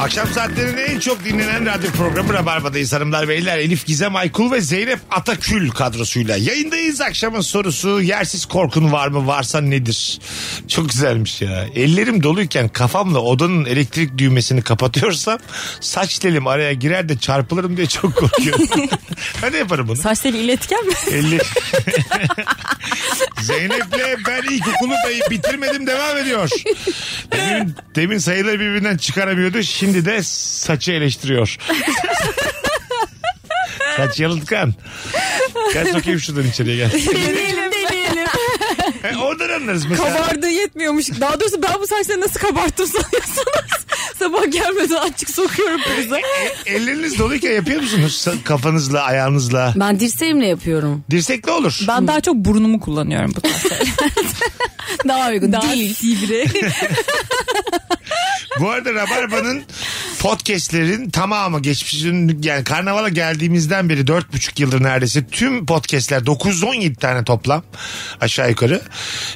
S3: Akşam saatlerinde en çok dinlenen radyo programı Rabarba'dayız hanımlar beyler. Elif Gizem Aykul ve Zeynep Atakül kadrosuyla yayındayız. Akşamın sorusu yersiz korkun var mı varsa nedir? Çok güzelmiş ya. Ellerim doluyken kafamla odanın elektrik düğmesini kapatıyorsam saç telim araya girer de çarpılırım diye çok korkuyorum. ben de yaparım bunu.
S6: Saç teli iletken mi?
S3: Elli... (laughs) Zeynep'le ben ilkokulu da bitirmedim devam ediyor. Demin, demin sayıları birbirinden çıkaramıyordu. Şimdi de saçı eleştiriyor. Saç yalıtkan. Gel sokayım şuradan içeriye gel.
S6: Deneyelim deneyelim.
S3: He, oradan anlarız mesela.
S6: (laughs) Kabardığı yetmiyormuş. Daha doğrusu ben bu saçları nasıl kabarttım sanıyorsunuz? (laughs) Sabah gelmeden açık sokuyorum prize.
S3: Elleriniz doluyken yapıyor musunuz? Sa- Kafanızla, ayağınızla.
S7: Ben dirseğimle yapıyorum.
S3: Dirsekli olur.
S6: Ben daha çok burnumu kullanıyorum bu tarz. (laughs)
S7: Daha uygun. Daha
S6: Değil. (laughs) Sivri.
S3: Bu arada Rabarba'nın podcastlerin tamamı geçmişin yani karnavala geldiğimizden beri 4,5 yıldır neredeyse tüm podcastler 917 tane toplam aşağı yukarı.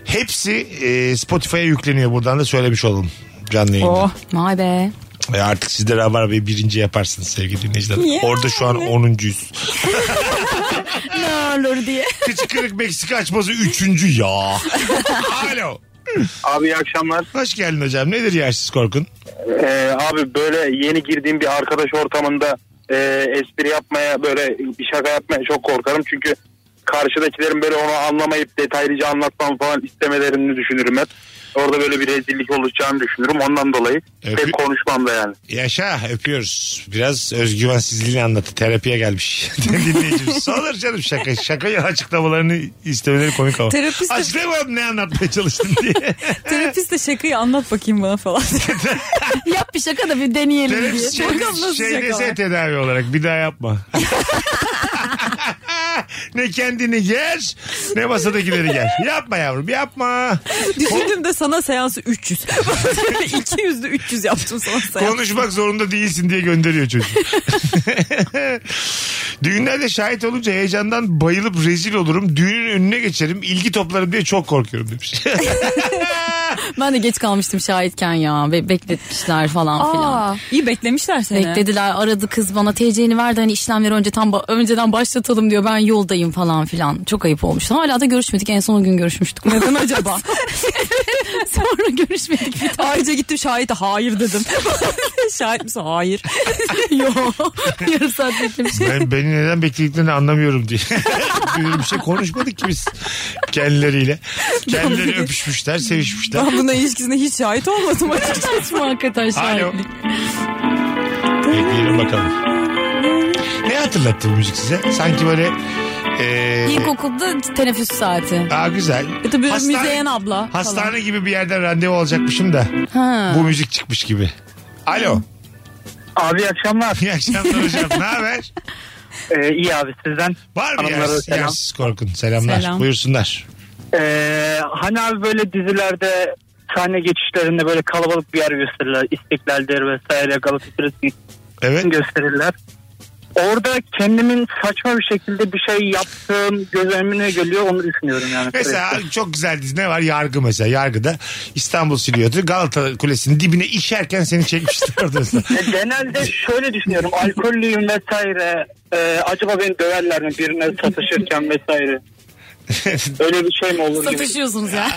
S3: Hepsi e, Spotify'a yükleniyor buradan da söylemiş olalım canlı yayında.
S6: Oh.
S7: Vay be.
S3: E artık siz de Rabarba'yı birinci yaparsınız sevgili dinleyiciler. Orada şu an 10.yüz.
S7: Ne olur diye.
S3: Kıçı kırık Meksika açması 3. ya. Alo.
S9: Abi iyi akşamlar.
S3: Hoş geldin hocam. Nedir yersiz korkun?
S9: Ee, abi böyle yeni girdiğim bir arkadaş ortamında e, espri yapmaya böyle bir şaka yapmaya çok korkarım. Çünkü karşıdakilerin böyle onu anlamayıp detaylıca anlatmam falan istemelerini düşünürüm hep. Orada böyle bir rezillik oluşacağını düşünürüm. Ondan dolayı
S3: Evet.
S9: pek konuşmam da yani.
S3: Yaşa öpüyoruz. Biraz özgüvensizliğini anlattı. Terapiye gelmiş. (laughs) Dinleyicimiz. Olur canım şaka. Şakayı açıklamalarını istemeleri komik ama.
S6: Terapist de-
S3: Açıklamadım ne anlatmaya çalıştın
S6: (laughs)
S3: diye.
S6: Terapist de şakayı anlat bakayım bana (laughs) falan.
S7: Yap bir şaka da bir deneyelim diye.
S3: Terapist şey,
S6: Bakalım nasıl
S3: şey
S6: şaka
S3: dese
S6: var.
S3: tedavi olarak bir daha
S6: (laughs)
S3: yapma. ne kendini yer ne masadakileri yer. Yapma yavrum yapma.
S6: Düşündüm de sana seansı (laughs) 300. 200'lü 300 yaptım sana seansı.
S3: Konuşmak zorunda değilsin diye gönderiyor çocuk. Düğünlerde şahit olunca heyecandan bayılıp rezil olurum. Düğünün önüne geçerim. ilgi toplarım diye çok korkuyorum demiş.
S7: Ben de geç kalmıştım şahitken ya. Be- bekletmişler falan filan.
S6: Aa, iyi beklemişler seni.
S7: Beklediler aradı kız bana TC'ni ver de hani işlemleri önceden, ba- önceden başlatalım diyor ben yoldayım falan filan. Çok ayıp olmuştu. Hala da görüşmedik en son o gün görüşmüştük. (laughs) Neden acaba? Sonra görüşmedik bir daha.
S6: Ayrıca gittim şahite hayır
S7: (laughs)
S6: dedim. Şahit misin? (laughs) Hayır.
S7: Yok. Yarım saat beklemiş.
S3: Ben, beni neden beklediklerini anlamıyorum diye. (laughs) Böyle bir şey konuşmadık ki biz kendileriyle. Kendileri öpüşmüşler, sevişmişler.
S6: Ben buna ilişkisine hiç şahit olmadım açıkçası.
S7: Saçma hakikaten
S3: Alo.
S7: şahitlik.
S3: Bekleyelim bakalım. Ne hatırlattı bu müzik size? Sanki böyle... E,
S7: İlkokulda teneffüs saati.
S3: Aa güzel.
S6: E tabii
S3: Hastane-
S6: Müzeyyen abla falan.
S3: Hastane gibi bir yerden randevu alacakmışım da.
S7: Ha.
S3: Bu müzik çıkmış gibi.
S7: (laughs)
S3: Alo.
S9: Abi iyi akşamlar.
S3: İyi akşamlar hocam. Ne haber?
S9: Ee, iyi abi sizden.
S3: Var mı
S9: Hanımlara
S3: yersiz,
S9: selam.
S3: yersiz korkun? Selamlar.
S6: Selam.
S3: Buyursunlar.
S9: Ee, hani abi böyle dizilerde sahne geçişlerinde böyle kalabalık bir yer gösterirler. İstiklal'dir vesaire Galatasaray'ın
S3: Evet.
S9: gösterirler. Orada kendimin saçma bir şekilde bir şey yaptığım göz önüne geliyor onu düşünüyorum yani.
S3: Mesela çok güzel dizi ne var? Yargı mesela. Yargıda İstanbul Silüeti Galata Kulesi'nin dibine işerken seni çekmişler (laughs) orada.
S9: Ya E, Genelde şöyle düşünüyorum. Alkollüyüm vesaire. Ee, acaba beni döverler mi birine satışırken
S3: (laughs)
S9: vesaire? Öyle bir şey mi olur? gibi?
S7: Satışıyorsunuz ya.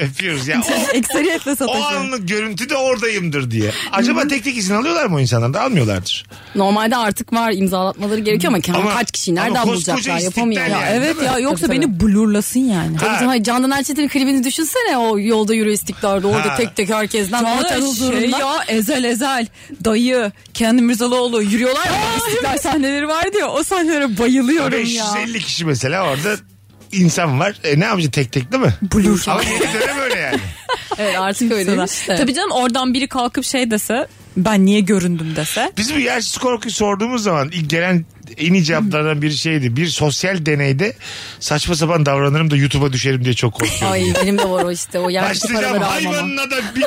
S3: Öpüyoruz ya. O,
S6: Ekseriyetle
S3: o
S6: sataşıyor.
S3: anlık görüntü de oradayımdır diye. Acaba tek tek izin alıyorlar mı o insanlar da? Almıyorlardır.
S7: Normalde artık var imzalatmaları gerekiyor ama,
S3: Ama-
S7: kaç kişi
S3: ama
S7: nereden
S3: koskoca
S7: bulacaklar
S3: istiklal
S7: yapamıyor.
S3: yani,
S7: Ya,
S3: değil
S7: evet
S3: mi?
S7: ya yoksa beni
S6: blurlasın yani.
S7: Tabii tabii. Hayır, Candan Erçetin'in klibini düşünsene o yolda yürü istiklalde orada
S3: Ha.
S7: tek tek herkesten vatan
S6: şey
S7: huzurunda.
S6: ya ezel ezel dayı Kendi Mirzalıoğlu yürüyorlar ya istiklal sahneleri vardı ya o sahnelere bayılıyorum ya.
S3: 550 kişi mesela orada insan var. E ne yapacak tek tek değil mi?
S6: Blur.
S3: Ama yeni dönem öyle (laughs) yani.
S7: Evet artık öyle işte.
S6: Tabii canım oradan biri kalkıp şey dese ben niye göründüm
S7: (laughs)
S6: dese.
S3: Biz bu yersiz korkuyu sorduğumuz zaman ilk gelen en iyi cevaplardan biri şeydi. Bir sosyal deneyde saçma sapan davranırım da YouTube'a düşerim diye çok korkuyorum.
S7: Ay benim de var o işte o yerli
S3: Başlayacağım
S7: paraları almama.
S3: hayvanına da bir...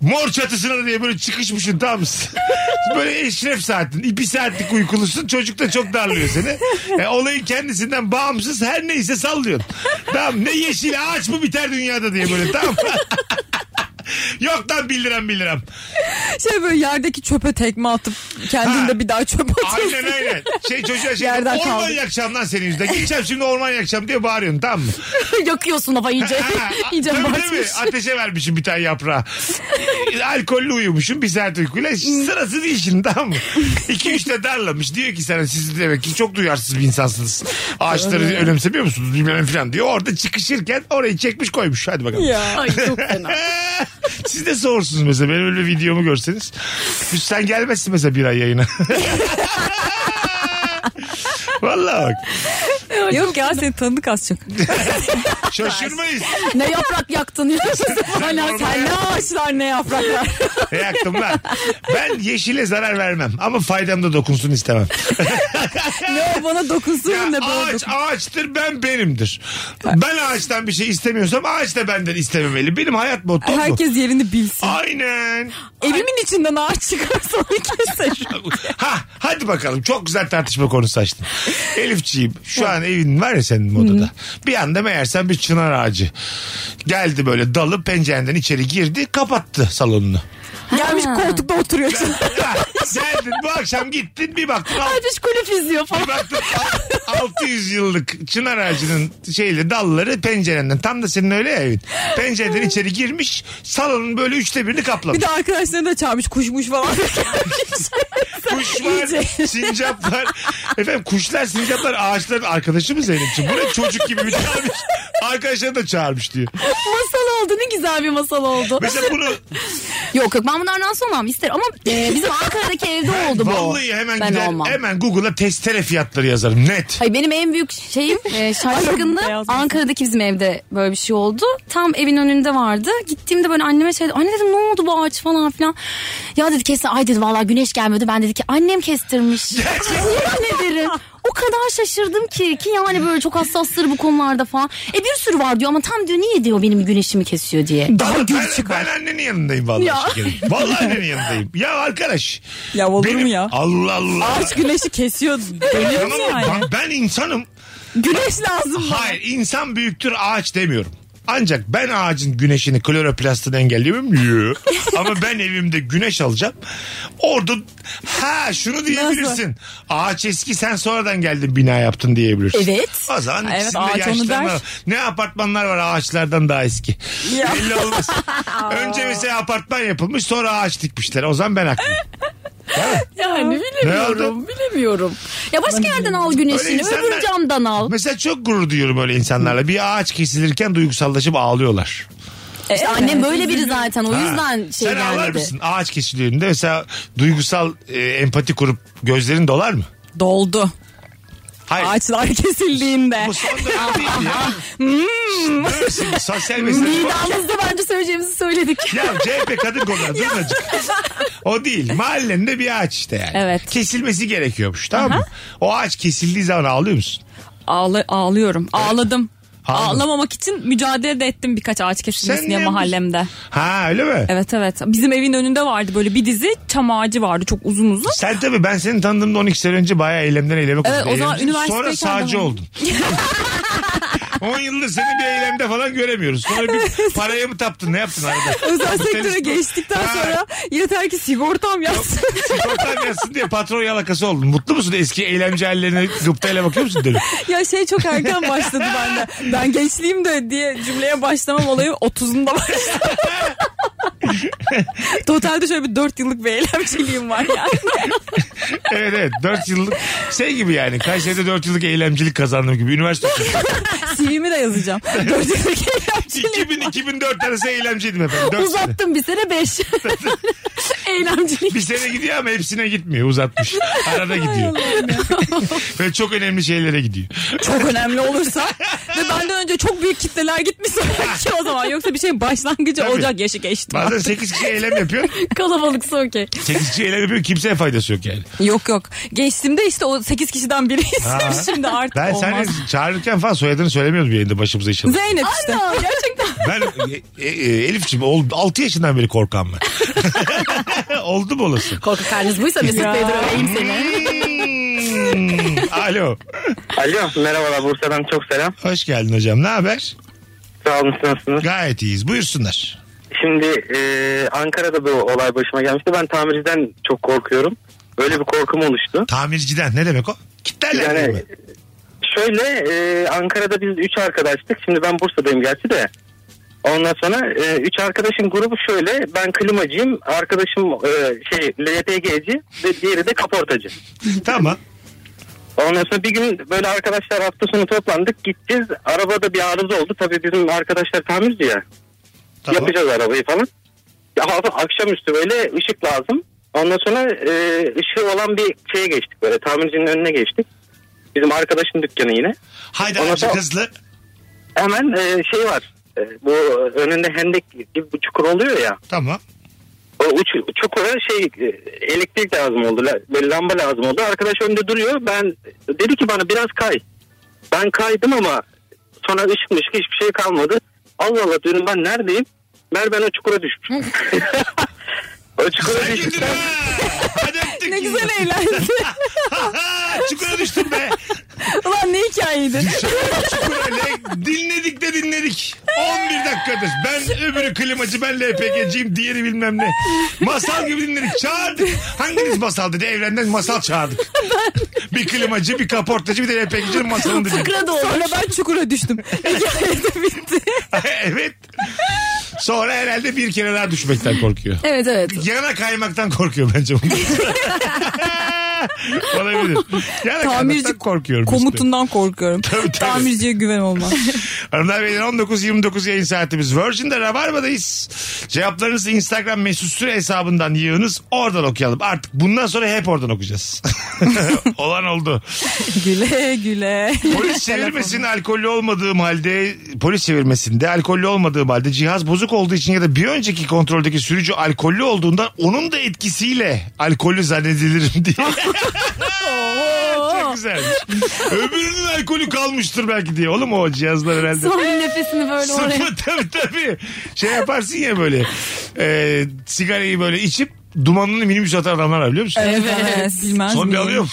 S3: Mor çatısına da diye böyle çıkışmışsın tam (laughs) böyle eşref saatin ipi saatlik uykulusun çocuk da çok darlıyor seni e, olayın kendisinden bağımsız her neyse sallıyorsun tamam ne yeşil ağaç mı biter dünyada diye böyle tamam (laughs) yok lan 1 liram 1 liram
S6: Şey böyle yerdeki çöpe tekme atıp kendini
S3: Ha.
S6: de bir daha çöp atıyorsun. (laughs)
S3: Aynen aynen. Şey çocuğa şey
S6: Yerden
S3: orman
S6: kaldı.
S3: yakacağım lan senin yüzünden. Gideceğim şimdi orman yakacağım diye bağırıyorsun tamam
S6: (laughs)
S3: mı?
S7: Yakıyorsun lafa iyice.
S3: Ha,
S7: iyice
S3: tabii tabii.
S7: batmış.
S3: Ateşe vermişim bir tane yaprağı. Alkollü uyumuşum bir saat uykuyla. Sırası değil şimdi tamam mı? İki üçte darlamış. Diyor ki sana siz demek ki çok duyarsız bir insansınız. Ağaçları önemsemiyor musunuz? Bilmem ne falan diyor. Orada çıkışırken orayı çekmiş koymuş. Hadi bakalım.
S7: Ay çok fena.
S3: (laughs) Siz de soğursunuz mesela. Benim öyle bir videomu görseniz. Biz sen gelmezsin mesela bir ay yayına. (laughs) Vallahi bak.
S6: Yok ya seni tanıdık
S3: (laughs)
S6: az çok.
S3: Şaşırmayız.
S7: ne yaprak yaktın ya.
S6: (laughs)
S7: Hala
S3: normal-
S7: sen ne ağaçlar ne yapraklar.
S3: Ne yaktım lan? Ben yeşile zarar vermem. Ama faydam da dokunsun
S6: (laughs)
S3: istemem.
S6: ne o (laughs) bana dokunsun
S3: Ya
S6: ne bana
S3: ağaç
S6: dokun.
S3: ağaçtır ben benimdir. Ben ağaçtan bir şey istemiyorsam ağaç da benden istememeli. Benim hayat mottom bu.
S6: Herkes yerini bilsin.
S3: Aynen.
S6: Evimin içinden ağaç çıkarsa onu
S3: (laughs)
S6: keserim.
S3: Ha hadi bakalım çok güzel tartışma konusu açtın. Elifçiğim şu an evin var ya senin modada. Bir anda meğersem bir çınar ağacı. Geldi böyle dalı pencereden içeri girdi kapattı salonunu.
S6: Gelmiş koltukta oturuyor.
S3: Ha, Geldin bu akşam gittin bir baktın alt-
S7: Herkes kulüp izliyor falan.
S3: bir baktın alt- 600 yıllık çınar ağacının şeyle dalları pencerenden tam da senin öyle ya evin. Pencereden içeri girmiş salonun böyle üçte birini kaplamış.
S6: Bir de arkadaşlarını da çağırmış kuşmuş falan.
S3: (laughs)
S6: (laughs)
S3: Kuş var,
S6: İyice.
S3: sincap var. Efendim kuşlar, sincaplar ağaçların arkadaşı mı Zeynep'ciğim? Bu ne çocuk gibi bir çağırmış. Arkadaşlarını da çağırmış diyor.
S7: masal oldu ne güzel bir masal oldu.
S3: Mesela bunu
S7: Yok yok ben bundan rahatsız olmam isterim ama e, bizim Ankara'daki evde oldu bu.
S3: vallahi hemen
S7: ben
S3: gider,
S7: olmam.
S3: hemen Google'a testere fiyatları yazarım net.
S7: Ay benim en büyük şeyim e, şaşkınlığı
S6: Beyaz masa.
S7: Ankara'daki bizim evde böyle bir şey oldu. Tam evin önünde vardı. Gittiğimde böyle anneme şey dedim. Anne dedim ne oldu bu ağaç falan filan. Ya dedi kesin ay dedi vallahi güneş gelmiyordu. Ben dedi ki annem kestirmiş. Yemin ederim. O kadar şaşırdım ki ki yani böyle çok hassastır bu konularda falan. E bir sürü var diyor ama tam diyor niye diyor benim güneşimi kesiyor diye.
S3: Ama ben, ben annenin yanındayım vallahi
S7: Ya.
S3: şekerim. Vallahi
S6: (laughs)
S3: annenin yanındayım. Ya arkadaş.
S6: Ya olur mu ya?
S3: Allah Allah.
S6: Ağaç güneşi kesiyor. Dönüyor
S3: Tamam
S6: mu
S3: mı?
S6: yani?
S3: Ben, ben insanım.
S6: Güneş lazım. bana.
S3: Hayır insan büyüktür ağaç demiyorum. Ancak ben ağacın güneşini kloroplastını engelleyemem mi?
S6: (laughs)
S3: Ama ben evimde güneş alacağım. Orada ha şunu diyebilirsin. Ağaç eski sen sonradan geldin bina yaptın diyebilirsin.
S6: Evet.
S3: O zaman
S6: Evet,
S3: ikisinde
S6: ağaç onu
S3: yaşlanma-
S6: der.
S3: Ne apartmanlar var ağaçlardan daha eski.
S6: Ya.
S3: Belli
S6: (laughs)
S3: olmaz. Önce mesela apartman yapılmış sonra ağaç dikmişler. O zaman ben haklıyım.
S7: Yani
S3: bilemiyorum,
S7: bilemiyorum. Ya başka yerden al güneşini,
S3: Öyle insanlar-
S7: öbür camdan al.
S3: Mesela çok gurur duyuyorum öyle insanlarla. Bir ağaç kesilirken duygusallaşıp ağlıyorlar.
S7: İşte E, annem böyle biri zaten o
S3: Ha.
S7: yüzden şey
S3: Sen ağlar
S7: gelmedi.
S3: mısın ağaç kesildüğünde mesela duygusal e, empati kurup gözlerin dolar mı?
S6: Doldu.
S3: Hayır.
S6: Ağaçlar kesildiğinde.
S3: Bu son dönem değil
S7: (laughs)
S3: ya.
S7: Hmm.
S3: Dönemsin, sosyal mesele.
S7: Nidamızda bence söyleyeceğimizi söyledik.
S3: ya CHP kadın konuları dur azıcık. O değil. Mahallende bir ağaç işte yani.
S6: Evet.
S3: Kesilmesi gerekiyormuş tamam mı? O ağaç kesildiği zaman ağlıyor musun?
S6: Ağla, ağlıyorum. Ağladım.
S3: Ağladın.
S6: Ağlamamak için mücadele de ettim birkaç ağaç
S3: Sen
S6: kesilmesi diye
S3: ne yapıyorsun?
S6: mahallemde.
S3: Ha öyle mi?
S6: Evet evet. Bizim evin önünde vardı böyle bir dizi çam ağacı vardı çok uzun uzun.
S3: Sen tabii ben seni tanıdığımda 12 sene önce bayağı eylemden eyleme koydun.
S6: Evet, o zaman
S3: Eylemcisin. Sonra
S6: üniversiteyken
S3: sağcı
S6: de- (laughs)
S3: oldun. 10 yıldır seni bir eylemde falan göremiyoruz. Sonra
S6: (laughs)
S3: bir paraya mı taptın ne yaptın arada?
S6: Özel
S3: Kapitalist
S6: sektöre
S3: bu.
S6: geçtikten
S3: Ha.
S6: sonra yeter ki sigortam yazsın.
S3: Sigortan yatsın diye patron yalakası oldun. Mutlu musun eski eylemci hallerine gıptayla bakıyor musun dönüp?
S6: ya şey çok erken başladı bende. Ben gençliğim de diye cümleye başlamam olayı 30'unda başladı. Totalde şöyle bir 4 yıllık bir eylemciliğim var yani.
S3: Evet evet 4 yıllık şey gibi yani Kayseri'de 4 yıllık eylemcilik kazandım gibi üniversite
S6: (laughs)
S3: çocuğu.
S6: CV'mi de yazacağım. 4 yıllık eylemciliğim.
S3: 2000-2004 arası eylemciydim efendim. 4 sene.
S7: Uzattım bir sene beş. Eylemcilik.
S3: Bir sene gidiyor ama hepsine gitmiyor uzatmış. Arada gidiyor. Ve çok önemli şeylere gidiyor.
S6: Çok önemli olursa ve benden önce çok büyük kitleler gitmişse ki o zaman yoksa bir şeyin başlangıcı
S3: Tabii.
S6: olacak yaşı geçti.
S3: Bazen 8 kişi eylem yapıyor.
S7: Kalabalıksa okey.
S3: 8 kişi eylem yapıyor kimseye faydası yok yani.
S6: Yok yok. Geçtiğimde işte o 8 kişiden biriysem
S3: Ha.
S6: şimdi artık
S3: Ben
S6: olmaz.
S3: seni çağırırken falan soyadını söylemiyordum yayında başımıza iş
S6: (laughs)
S3: alıyor.
S6: Zeynep işte.
S3: Ben e, e, Elif'ciğim 6 yaşından beri korkan (laughs) ben. Oldum olası.
S7: Korku karnınız buysa Mesut
S6: Ya.
S7: Bey durayım seni.
S3: Hmm. Alo.
S10: Alo merhabalar Bursa'dan çok selam.
S3: Hoş geldin hocam. Ne haber?
S10: Sağ olun siz nasılsınız?
S3: Gayet iyiyiz. Buyursunlar.
S10: Şimdi e, Ankara'da da o olay başıma gelmişti. Ben tamirciden çok korkuyorum. Öyle bir korkum oluştu.
S3: Tamirciden ne demek o? Kitlerler
S10: Yani
S3: mi?
S10: şöyle e, Ankara'da biz 3 arkadaştık. Şimdi ben Bursa'dayım gerçi de. Ondan sonra 3 arkadaşın grubu şöyle. Ben klimacıyım. Arkadaşım e, şey LPG'ci ve diğeri de kaportacı.
S3: Tamam.
S10: Ondan sonra bir gün böyle arkadaşlar hafta sonu toplandık gideceğiz. Arabada bir arıza oldu. Tabii bizim arkadaşlar tamirci ya.
S3: Tamam.
S10: Yapacağız arabayı falan. Ya, hafta- akşamüstü böyle ışık lazım. Ondan sonra e, ışığı olan bir şeye geçtik böyle. Tamircinin önüne geçtik. Bizim arkadaşın dükkanı yine.
S3: Haydi
S10: Ona
S3: azıcık
S10: da-
S3: hızlı.
S10: Hemen e, şey var. E, bu önünde hendek gibi bir çukur oluyor ya.
S3: Tamam.
S10: O uç- çukura şey e, elektrik lazım oldu. la- Böyle lamba lazım oldu. Arkadaş önde duruyor. Ben dedi ki bana biraz kay. Ben kaydım ama sonra ışıkmış hiçbir şey kalmadı. Allah Allah diyorum ben neredeyim? Meğer ben o çukura düşmüşüm. (laughs) o çukura
S3: Sen girdin
S10: düştüm.
S3: ha. Hadi öptük.
S6: Ne güzel
S3: (laughs)
S6: eğlendi.
S3: Çukura düştün be.
S6: Ulan ne hikayeydi.
S3: Çukura le- dinledik de dinledik. 11 dakikadır. Ben öbürü klimacı, ben LPG'ciyim, diğeri bilmem ne. Masal gibi dinledik. Çağırdık. Hanginiz masal dedi? Evrenden masal çağırdık. bir klimacı, bir kaportacı, bir de LPG'cinin masalını dinledik.
S6: Çukura Sonra ben çukura düştüm. (laughs) Hikaye de bitti.
S3: evet. Sonra herhalde bir kere daha düşmekten korkuyor.
S7: Evet evet.
S3: Yana kaymaktan korkuyor bence (laughs) bunlar. Olabilir. Yana kaymaktan
S6: Tamirci
S3: korkuyorum işte.
S6: komutundan korkuyorum.
S3: Tabii, tabii.
S6: Tamirciye güven olmaz.
S3: Hanımlar beyler 19.29 yayın saatimiz. Virgin'de Rabarba'dayız. Cevaplarınızı Instagram mesut süre hesabından yığınız. Oradan okuyalım. Artık bundan sonra hep oradan okuyacağız. (laughs) Olan oldu.
S6: (laughs) güle güle.
S3: Polis çevirmesinin alkollü olmadığım halde polis çevirmesinde alkollü olmadığım halde cihaz bozuk olduğu için ya da bir önceki kontroldeki sürücü alkollü olduğundan onun da etkisiyle alkollü zannedilirim
S7: (laughs)
S3: diye. (laughs) Çok güzelmiş. Öbürünün alkolü kalmıştır belki diye. Oğlum o cihazlar herhalde.
S7: Son nefesini böyle oraya.
S3: Sıfır (laughs) tabii tabii. Şey yaparsın ya böyle. E, sigarayı böyle içip dumanını minibüs atan adamlar var biliyor musun?
S6: Evet. Bilmez
S3: Son bir
S6: miyim?
S3: alıyor.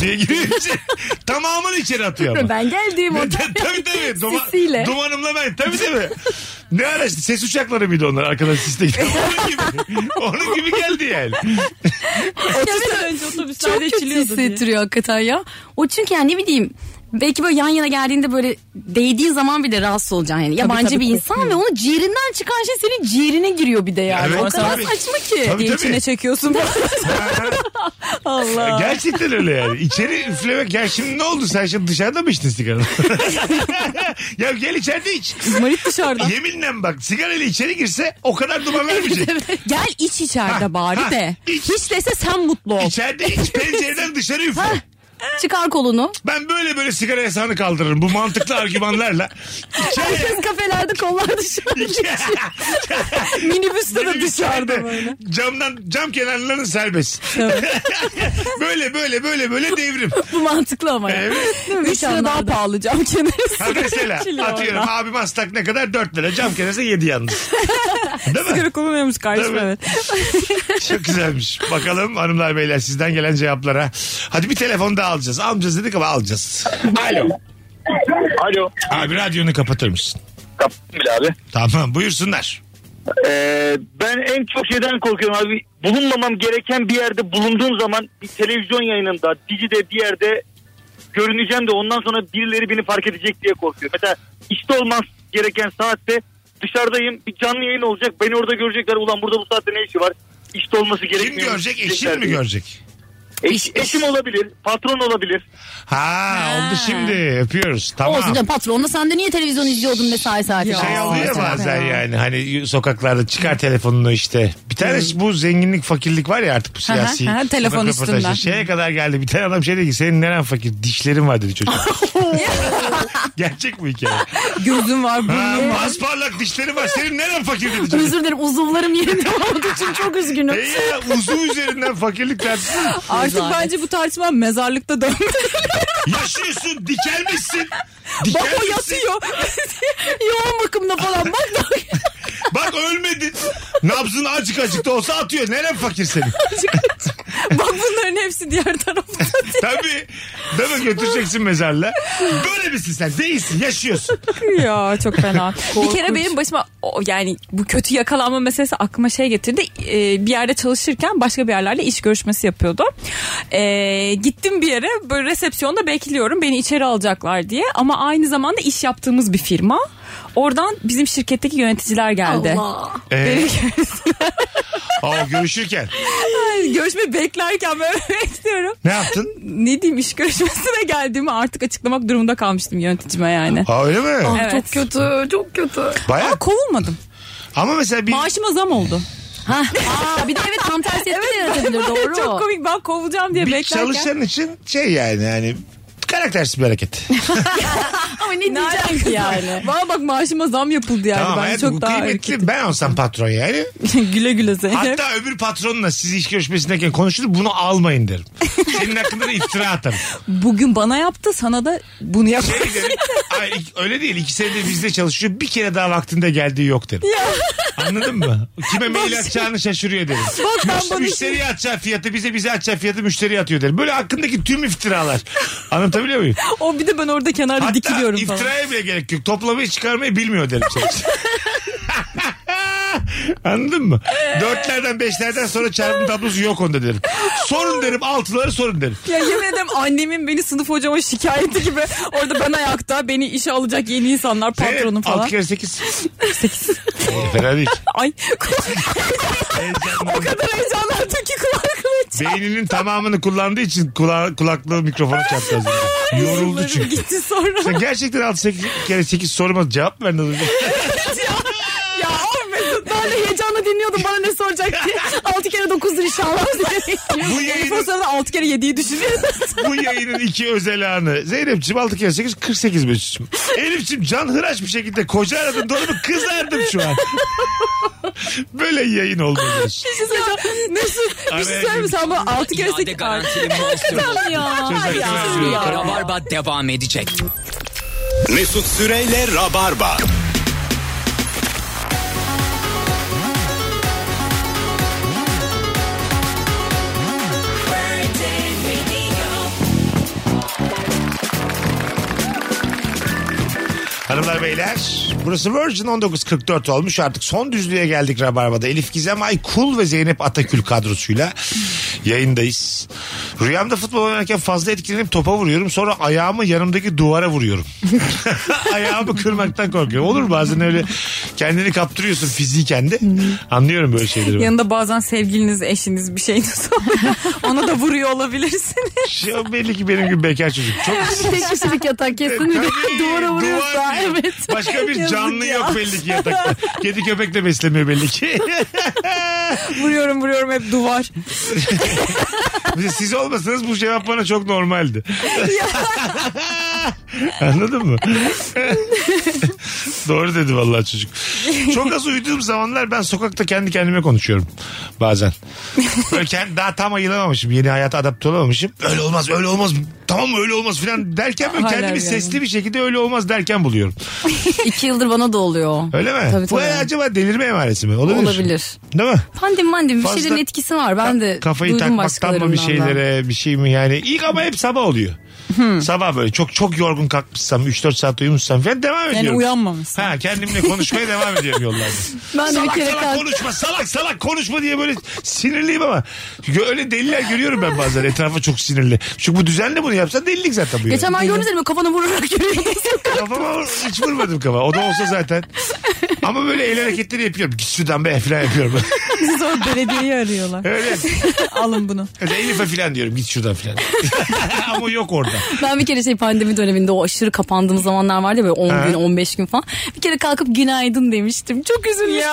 S3: diye giriyor içeri. (laughs) Tamamını içeri atıyor ama.
S7: Ben geldim
S3: (laughs)
S7: o
S3: tabii tabii. Duma,
S7: Sesiyle.
S3: dumanımla ben. Tabii tabii. Ne araçtı? Ses uçakları mıydı onlar? Arkadaş siste gitti. Onun
S7: (laughs)
S3: gibi. Onun gibi geldi yani.
S6: Otobüsten önce
S7: Çok
S6: otobüslerde
S7: kötü
S6: içiliyordu diye.
S7: hissettiriyor hakikaten ya. O çünkü yani ne bileyim belki böyle yan yana geldiğinde böyle değdiğin zaman bile rahatsız olacaksın yani. Yabancı
S6: tabii,
S7: bir insan ve onu ciğerinden çıkan şey senin ciğerine giriyor bir de yani.
S3: Evet,
S7: o kadar
S3: tabii.
S7: saçma ki.
S3: Tabii,
S7: Değil-
S3: tabii.
S6: İçine çekiyorsun. (laughs) Allah.
S3: E, Gerçekten öyle yani. İçeri üflemek. Ya şimdi ne oldu? Sen şimdi dışarıda mı içtin sigara? (laughs) ya gel içeride iç.
S6: Marit dışarıda.
S3: Yeminle bak sigarayla içeri girse o kadar duman vermeyecek.
S6: Gel iç içeride
S3: şey. ha,
S6: bari de.
S3: iç.
S6: Hiç dese sen mutlu ol.
S3: İçeride iç pencereden dışarı üfle.
S7: Çıkar kolunu.
S3: Ben böyle böyle sigara yasağını kaldırırım. Bu
S7: (laughs)
S3: mantıklı argümanlarla. İçeri,
S7: Herkes kafelerde kollar dışarı.
S6: Minibüste de
S3: Benim
S6: dışarıda
S3: içeride
S6: böyle.
S3: Camdan cam kenarlarının serbest. (laughs) böyle böyle böyle böyle devrim.
S7: Bu mantıklı ama. yani.
S3: Evet.
S7: Değil mi?
S6: Üç lira daha
S7: İnsanlarda.
S6: pahalı cam kenarı.
S3: Ha mesela
S6: Çiliyor
S3: atıyorum
S6: oradan.
S3: abim aslak ne kadar 4 lira cam kenarı 7 yalnız. Değil mi?
S6: Sigara kullanıyormuş karşıma
S3: Tabii.
S6: evet.
S3: Çok güzelmiş. Bakalım hanımlar beyler sizden gelen cevaplara. Hadi bir telefon daha alacağız. Almayacağız dedik ama alacağız. Alo.
S9: Alo.
S3: Abi radyonu kapatır mısın?
S9: Kaptan bile abi.
S3: Tamam buyursunlar.
S9: Ee, ben en çok şeyden korkuyorum abi. Bulunmamam gereken bir yerde bulunduğum zaman bir televizyon yayınında, dicide bir yerde görüneceğim de ondan sonra birileri beni fark edecek diye korkuyorum. Mesela işte olmaz gereken saatte dışarıdayım bir canlı yayın olacak. Beni orada görecekler. Ulan burada bu saatte ne işi var? İşte olması
S3: Kim
S9: gerekmiyor.
S3: görecek?
S9: diyecekler
S3: Eşin mi
S9: diye.
S3: görecek?
S9: Eş- eşim olabilir, patron olabilir.
S3: Ha, oldu şimdi. Öpüyoruz. Tamam.
S7: Olsun canım patronla sen de niye televizyon izliyordun mesai saatinde?
S3: şey
S7: Aa,
S3: oluyor ya
S7: mesela.
S3: bazen yani hani sokaklarda çıkar telefonunu işte. Bir tane bu zenginlik fakirlik var ya artık bu siyasi.
S6: hı, telefon
S3: sokak röportajları.
S6: üstünden.
S3: Şeye kadar geldi bir tane adam şey dedi ki senin neren fakir dişlerin var dedi
S6: (laughs)
S3: çocuk. Gerçek bu hikaye.
S6: Gözüm var
S3: Ha,
S6: burnum var.
S3: parlak dişlerin var senin neren fakir dedi çocuk.
S7: Özür dilerim
S3: (laughs)
S7: uzuvlarım yerinde olduğu için çok üzgünüm.
S3: Ey ya, uzuv üzerinden fakirlik tartışsın.
S6: Artık
S7: Rezalet.
S6: bence bu tartışma mezarlıkta dönmeli.
S3: Yaşıyorsun dikelmişsin.
S6: Baba
S3: Dikelmişsin.
S6: yatıyor. (laughs)
S7: Yoğun bakımda falan bak da
S3: Bak ölmedin. Nabzın acık acık da olsa atıyor. Neren fakir senin? (laughs)
S6: Bak bunların hepsi diğer tarafta.
S3: Tabii. Değil mi? Götüreceksin mezarla. Böyle misin sen? Değilsin. Yaşıyorsun.
S6: ya çok fena. bir kere benim başıma o, yani bu kötü yakalanma meselesi aklıma şey getirdi. Ee, bir yerde çalışırken başka bir yerlerle iş görüşmesi yapıyordum. Ee, gittim bir yere böyle resepsiyonda bekliyorum beni içeri alacaklar diye. Ama aynı zamanda iş yaptığımız bir firma. Oradan bizim şirketteki yöneticiler geldi.
S7: Allah.
S6: (laughs)
S3: Ee, aa, görüşürken.
S6: Görüşme beklerken böyle (laughs) bekliyorum.
S3: Ne yaptın?
S6: Ne diyeyim iş görüşmesine geldiğimi artık açıklamak durumunda kalmıştım yöneticime yani.
S3: Ha öyle mi?
S7: Aa,
S6: Evet.
S7: Çok kötü çok kötü.
S3: Baya.
S6: Ama kovulmadım.
S3: Ama mesela bir...
S6: Maaşıma zam oldu.
S7: Ha. Aa, bir de evet tam tersi etki de yaratabilir doğru.
S6: Çok komik (laughs) ben kovulacağım diye
S3: bir
S6: beklerken.
S3: çalışan için şey yani hani karaktersiz bir
S6: (laughs)
S3: hareket.
S7: Ama ne
S6: Ne
S7: diyeceğim
S6: alaka
S7: ki
S6: yani? (laughs)
S7: yani.
S6: Bana bak maaşıma zam yapıldı yani.
S3: tamam
S6: ben
S3: hayatım,
S6: çok
S3: bu
S6: daha
S3: kıymetli. Ben olsam patron yani.
S6: (laughs) güle güle Zeynep.
S3: Hatta öbür patronla siz iş görüşmesindeyken konuşulur bunu almayın derim. Senin hakkında da iftira atarım.
S6: Bugün bana yaptı sana da bunu yap. (laughs)
S3: Şey derim, Ay, ik- öyle değil iki senedir bizde çalışıyor bir kere daha vaktinde geldiği yok derim. Anladın mı? Kime mail atacağını şaşırıyor derim.
S6: Bak ben
S3: Müş-
S6: bana
S3: müşteriye atacağı fiyatı bize bize atacağı fiyatı müşteriye atıyor derim. Böyle hakkındaki tüm iftiralar. Anlatabiliyor
S6: (laughs)
S3: muyum?
S6: O bir de ben orada kenarda
S3: Hatta
S6: dikiliyorum falan.
S3: iftiraya bile gerek yok. Toplamayı çıkarmayı bilmiyor
S6: (laughs)
S3: derim. (laughs) çalışan. Anladın mı? Dörtlerden beşlerden sonra çarpım tablosu yok onda derim. Sorun derim altıları sorun derim.
S6: Ya yemin ederim annemin beni sınıf hocama şikayeti gibi. Orada ben ayakta beni işe alacak yeni insanlar
S3: Şey,
S6: patronum
S3: Evet,
S6: falan.
S3: Altı kere
S6: (laughs)
S3: sekiz. Ee, Fena değil. (laughs)
S6: Ay o kadar heyecanlandım ki kulaklarım çarptı.
S3: Beyninin tamamını kullandığı için kula kulaklığı mikrofonu çarptı az önce. Yoruldu
S6: Yıllarım
S3: çünkü.
S6: Gitti sonra.
S3: Sen gerçekten 6 kere 8 soruma cevap mı verdin az önce?
S6: ya o Mesut ben de
S7: Heyecanla dinliyordum bana ne
S3: (laughs)
S7: soracak diye. 6 kere 9'dur inşallah.
S3: Bu
S6: Elif o
S3: yayının,
S6: sırada 6 kere 7'yi düşünüyor.
S3: bu yayının iki özel anı. Zeynep'ciğim 6 kere 8 48 Mesut'cum. Elif'ciğim can hıraş bir şekilde koca aradım doğru mu? Kızardım şu an. Böyle yayın oldu. Mesut.
S6: Bir şey söyleyeceğim. Mesut bir şey
S3: Araya
S6: söyleyeyim mi? sen bana 6 kere
S11: İade
S6: 8
S11: garantili monster.
S6: ya.
S3: Söz hakkı vermiyorum.
S11: Rabarba devam edecek.
S2: Mesut Süreyle Rabarba.
S3: Hanımlar beyler burası Virgin 19.44 olmuş artık son düzlüğe geldik Rabarba'da. Elif Gizem Aykul ve Zeynep Atakül kadrosuyla yayındayız. Rüyamda futbol oynarken fazla etkilenip topa vuruyorum sonra ayağımı yanımdaki duvara
S7: (laughs)
S3: vuruyorum. (laughs) ayağımı kırmaktan korkuyorum. Olur bazen öyle kendini kaptırıyorsun fiziken de. Anlıyorum böyle şeyleri. ben.
S6: Yanında bazen sevgiliniz, eşiniz bir şeyiniz oluyor. Ona da vuruyor (laughs) olabilirsiniz.
S3: Ya belli ki benim gibi bekar çocuk.
S7: (laughs)
S3: Çok
S7: Tek kişilik yatak kesin bir de
S3: Tabii,
S7: Şey duvara vuruyorsa
S3: duvar diyor.
S7: evet.
S3: Başka bir
S6: Yazık
S3: canlı
S6: ya.
S3: yok belli ki
S7: (laughs)
S3: yatakta. Kedi köpek de beslemiyor belli ki.
S6: vuruyorum vuruyorum hep duvar.
S3: Siz olmasanız bu cevap bana çok normaldi. (laughs) Anladın mı? Doğru dedi vallahi çocuk. Çok az uyuduğum zamanlar ben sokakta kendi kendime konuşuyorum bazen. Böyle kendi, daha tam ayılamamışım. Yeni hayata adapte olamamışım. Öyle olmaz, öyle olmaz. Tamam mı öyle olmaz falan derken böyle
S6: Hala
S3: kendimi
S6: bir
S3: sesli bir şekilde öyle olmaz derken buluyorum.
S7: İki yıldır bana da oluyor.
S3: Öyle mi?
S7: Tabii,
S3: Bu
S7: tabii.
S3: acaba delirme emaresi mi? Olabilir.
S7: Olabilir.
S3: Değil mi?
S7: Pandemi mandemi bir
S3: Fazla-
S7: şeylerin etkisi var. Ben de
S3: Kafayı
S7: E, duydum
S3: takmaktan mı bir
S7: başkalarından da.
S3: şeylere bir şey mi yani ilk ama hep sabah oluyor.
S7: Hmm.
S3: Sabah böyle çok çok yorgun kalkmışsam 3-4 saat uyumuşsam falan devam ediyorum.
S6: Yani uyanmamışsın.
S3: Ha kendimle konuşmaya devam ediyorum yollarda.
S7: (laughs) Ben de bir
S3: salak
S7: kere
S3: salak
S7: kalktım.
S3: konuşma salak salak konuşma diye böyle sinirliyim ama Çünkü öyle deliler görüyorum ben bazen etrafa çok sinirli. Çünkü bu düzenle bunu yapsan delilik zaten bu. yani.
S7: Geçen ben görmedim mi kafana vurarak (laughs) yürüyeyim.
S3: Kafama vur- hiç vurmadım kafa. O da olsa zaten. Ama böyle el hareketleri yapıyorum. Git şuradan be falan yapıyorum. (laughs)
S6: Sonra belediyeyi arıyorlar.
S3: Öyle.
S6: Alın bunu.
S3: Öyle Elif'e falan diyorum git şuradan falan. (laughs) Ama yok orada.
S7: Ben bir kere şey pandemi döneminde o aşırı kapandığım zamanlar vardı ya böyle 10
S3: Ha.
S7: gün 15 gün falan. Bir kere kalkıp günaydın demiştim. Çok üzülmüştüm.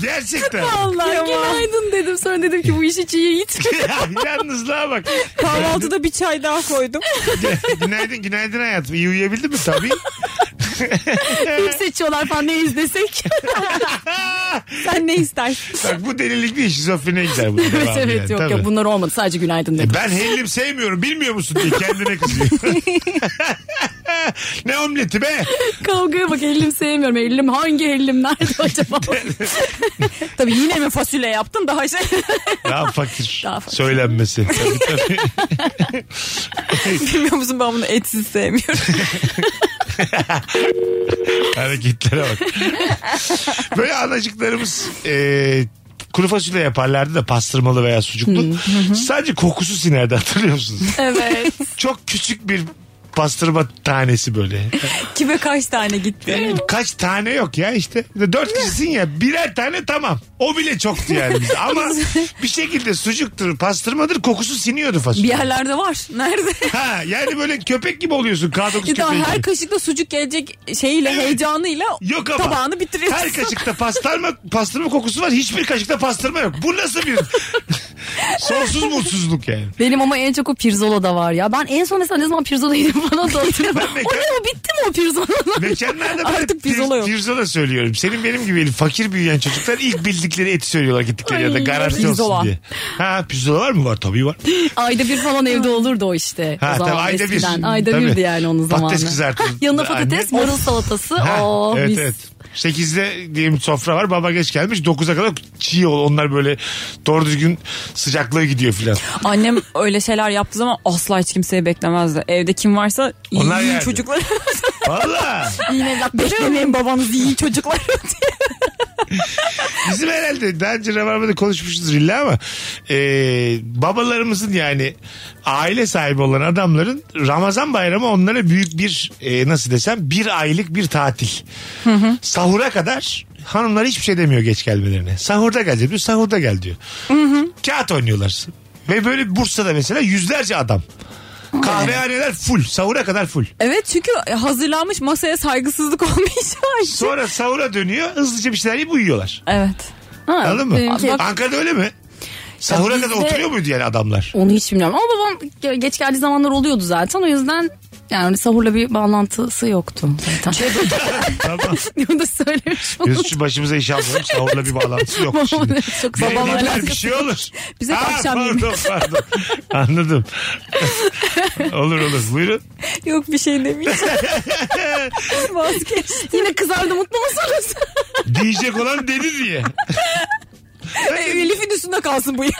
S3: Gerçekten. (laughs)
S7: Allah günaydın dedim. Sonra dedim ki bu iş hiç iyi gitmiyor.
S3: Yalnızlığa bak.
S6: Kahvaltıda bir çay daha koydum.
S3: günaydın günaydın hayatım. İyi uyuyabildin mi? Tabii.
S7: Film seçiyorlar falan ne izlesek.
S6: Sen ne istersin?
S3: Bak bu delilik değil şizofrene gider bu.
S7: (laughs) evet
S3: devamı
S7: evet
S3: yani.
S7: yok
S3: Tabii.
S7: yok bunlar olmadı. Sadece günaydın dedim.
S3: E Ben hellim sevmiyorum bilmiyor musun diye kendine kızıyor.
S7: (laughs)
S3: ne omleti be?
S7: Kavgaya bak elim sevmiyorum. Elim hangi
S3: (laughs)
S7: elim nerede acaba?
S6: Tabii yine mi fasulye yaptın daha şey.
S3: Daha fakir.
S7: Daha fakir.
S3: Söylenmesi. Tabii, tabii.
S6: (laughs) Bilmiyor musun ben bunu etsiz sevmiyorum.
S3: Hareketlere bak. Böyle anacıklarımız e, kuru fasulye yaparlardı da pastırmalı veya
S7: Hmm,
S3: sucuklu. Sadece kokusu sinerdi hatırlıyor
S7: (laughs)
S3: musunuz?
S7: evet.
S3: Çok küçük bir pastırma tanesi böyle.
S6: (laughs) Kime kaç tane gitti?
S3: Kaç tane yok ya işte. Dört kişisin ya birer tane tamam. O bile çoktu yani bizde. Ama
S6: (laughs)
S3: bir şekilde sucuktur pastırmadır kokusu siniyordu
S6: Bir
S3: fasulye.
S6: yerlerde var. Nerede?
S3: Ha yani böyle köpek gibi oluyorsun K9 köpeği
S6: Bir daha her
S3: gibi.
S6: kaşıkta sucuk gelecek şeyiyle heyecanıyla
S3: Yok ama.
S6: tabağını bitiriyorsun.
S3: Her kaşıkta pastırma, pastırma kokusu var. Hiçbir kaşıkta pastırma yok. Bu nasıl
S6: (laughs)
S3: bir sonsuz mutsuzluk yani.
S7: Benim ama en çok o pirzola da var ya. Ben en son mesela ne zaman pirzola yedim bana da hatırlıyorum.
S3: Ben mekan-
S7: o ne o (laughs) bitti mi o pirzola?
S3: Mekanlarda böyle
S6: Artık pirzola yok.
S3: pirzola söylüyorum. Senin benim gibi fakir büyüyen çocuklar ilk bildikleri eti söylüyorlar gittikleri
S7: Ay,
S3: yerde garanti olsun
S7: pirzola.
S3: diye. Ha pirzola var mı? Var tabii var.
S7: Ayda
S6: (laughs)
S7: bir falan evde olurdu o işte.
S3: Ha,
S7: o zaman
S3: tabii, ayda bir.
S7: eskiden. Ayda
S3: Tabii.
S7: birdi yani onun zamanı.
S3: Patates kızartır.
S7: Yanına patates,
S3: Anne.
S7: marul salatası.
S3: Ha,
S7: Oo,
S3: evet
S7: Oh, mis.
S3: evet. 8'de diyelim sofra var baba geç gelmiş 9'a kadar çiğ ol onlar böyle doğru düzgün sıcaklığı gidiyor filan.
S6: Annem öyle şeyler yaptığı zaman asla hiç kimseyi beklemezdi. Evde kim varsa iyi,
S3: Onlar
S6: iyi
S3: yerdi.
S6: çocuklar.
S3: Valla
S6: Yine evlat beklemeyin babanız iyi çocuklar.
S3: bizim herhalde daha önce Rabarba'da konuşmuşuz illa ama e, babalarımızın yani aile sahibi olan adamların Ramazan bayramı onlara büyük bir e, nasıl desem bir aylık bir tatil. Sahura kadar hanımlar hiçbir şey demiyor geç gelmelerine. Sahurda gelecek diyor sahurda gel diyor. Kağıt oynuyorlar. Ve böyle Bursa'da mesela yüzlerce adam. Kahvehaneler full. Sahura kadar full.
S6: evet çünkü hazırlanmış masaya saygısızlık (laughs) olmayacak.
S3: Sonra sahura dönüyor. Hızlıca bir şeyler yiyip uyuyorlar.
S6: Evet.
S7: Ha,
S3: Anladın mı?
S7: benimki-
S6: Bak-
S3: Ankara'da öyle mi? Sahura
S7: Ya
S3: kadar
S7: bizde-
S3: oturuyor muydu yani
S7: (laughs)
S3: adamlar?
S7: Onu hiç bilmiyorum. Ama babam ge- geç geldiği zamanlar oluyordu zaten. O yüzden yani sahurla bir bağlantısı yoktu
S6: Şey-
S7: zaten.
S3: tamam.
S7: Onu da (laughs) söylemiş bunu.
S3: Mesut şu başımıza iş almıyorum. Sahurla bir bağlantısı yok
S7: (laughs)
S3: şimdi.
S7: Çok
S3: Babam
S7: babamla
S3: bir
S7: alakası.
S3: şey olur.
S7: Biz hep
S3: Ha,
S7: akşam yemeği.
S3: pardon, pardon. Anladım. (laughs) olur olur. Buyurun.
S6: Yok bir şey
S3: (laughs)
S6: demeyeceğim. Vazgeçtim.
S7: Yine kızardı mutlu musunuz?
S3: Diyecek olan dedi diye.
S6: E, Elif'in üstünde kalsın bu ya.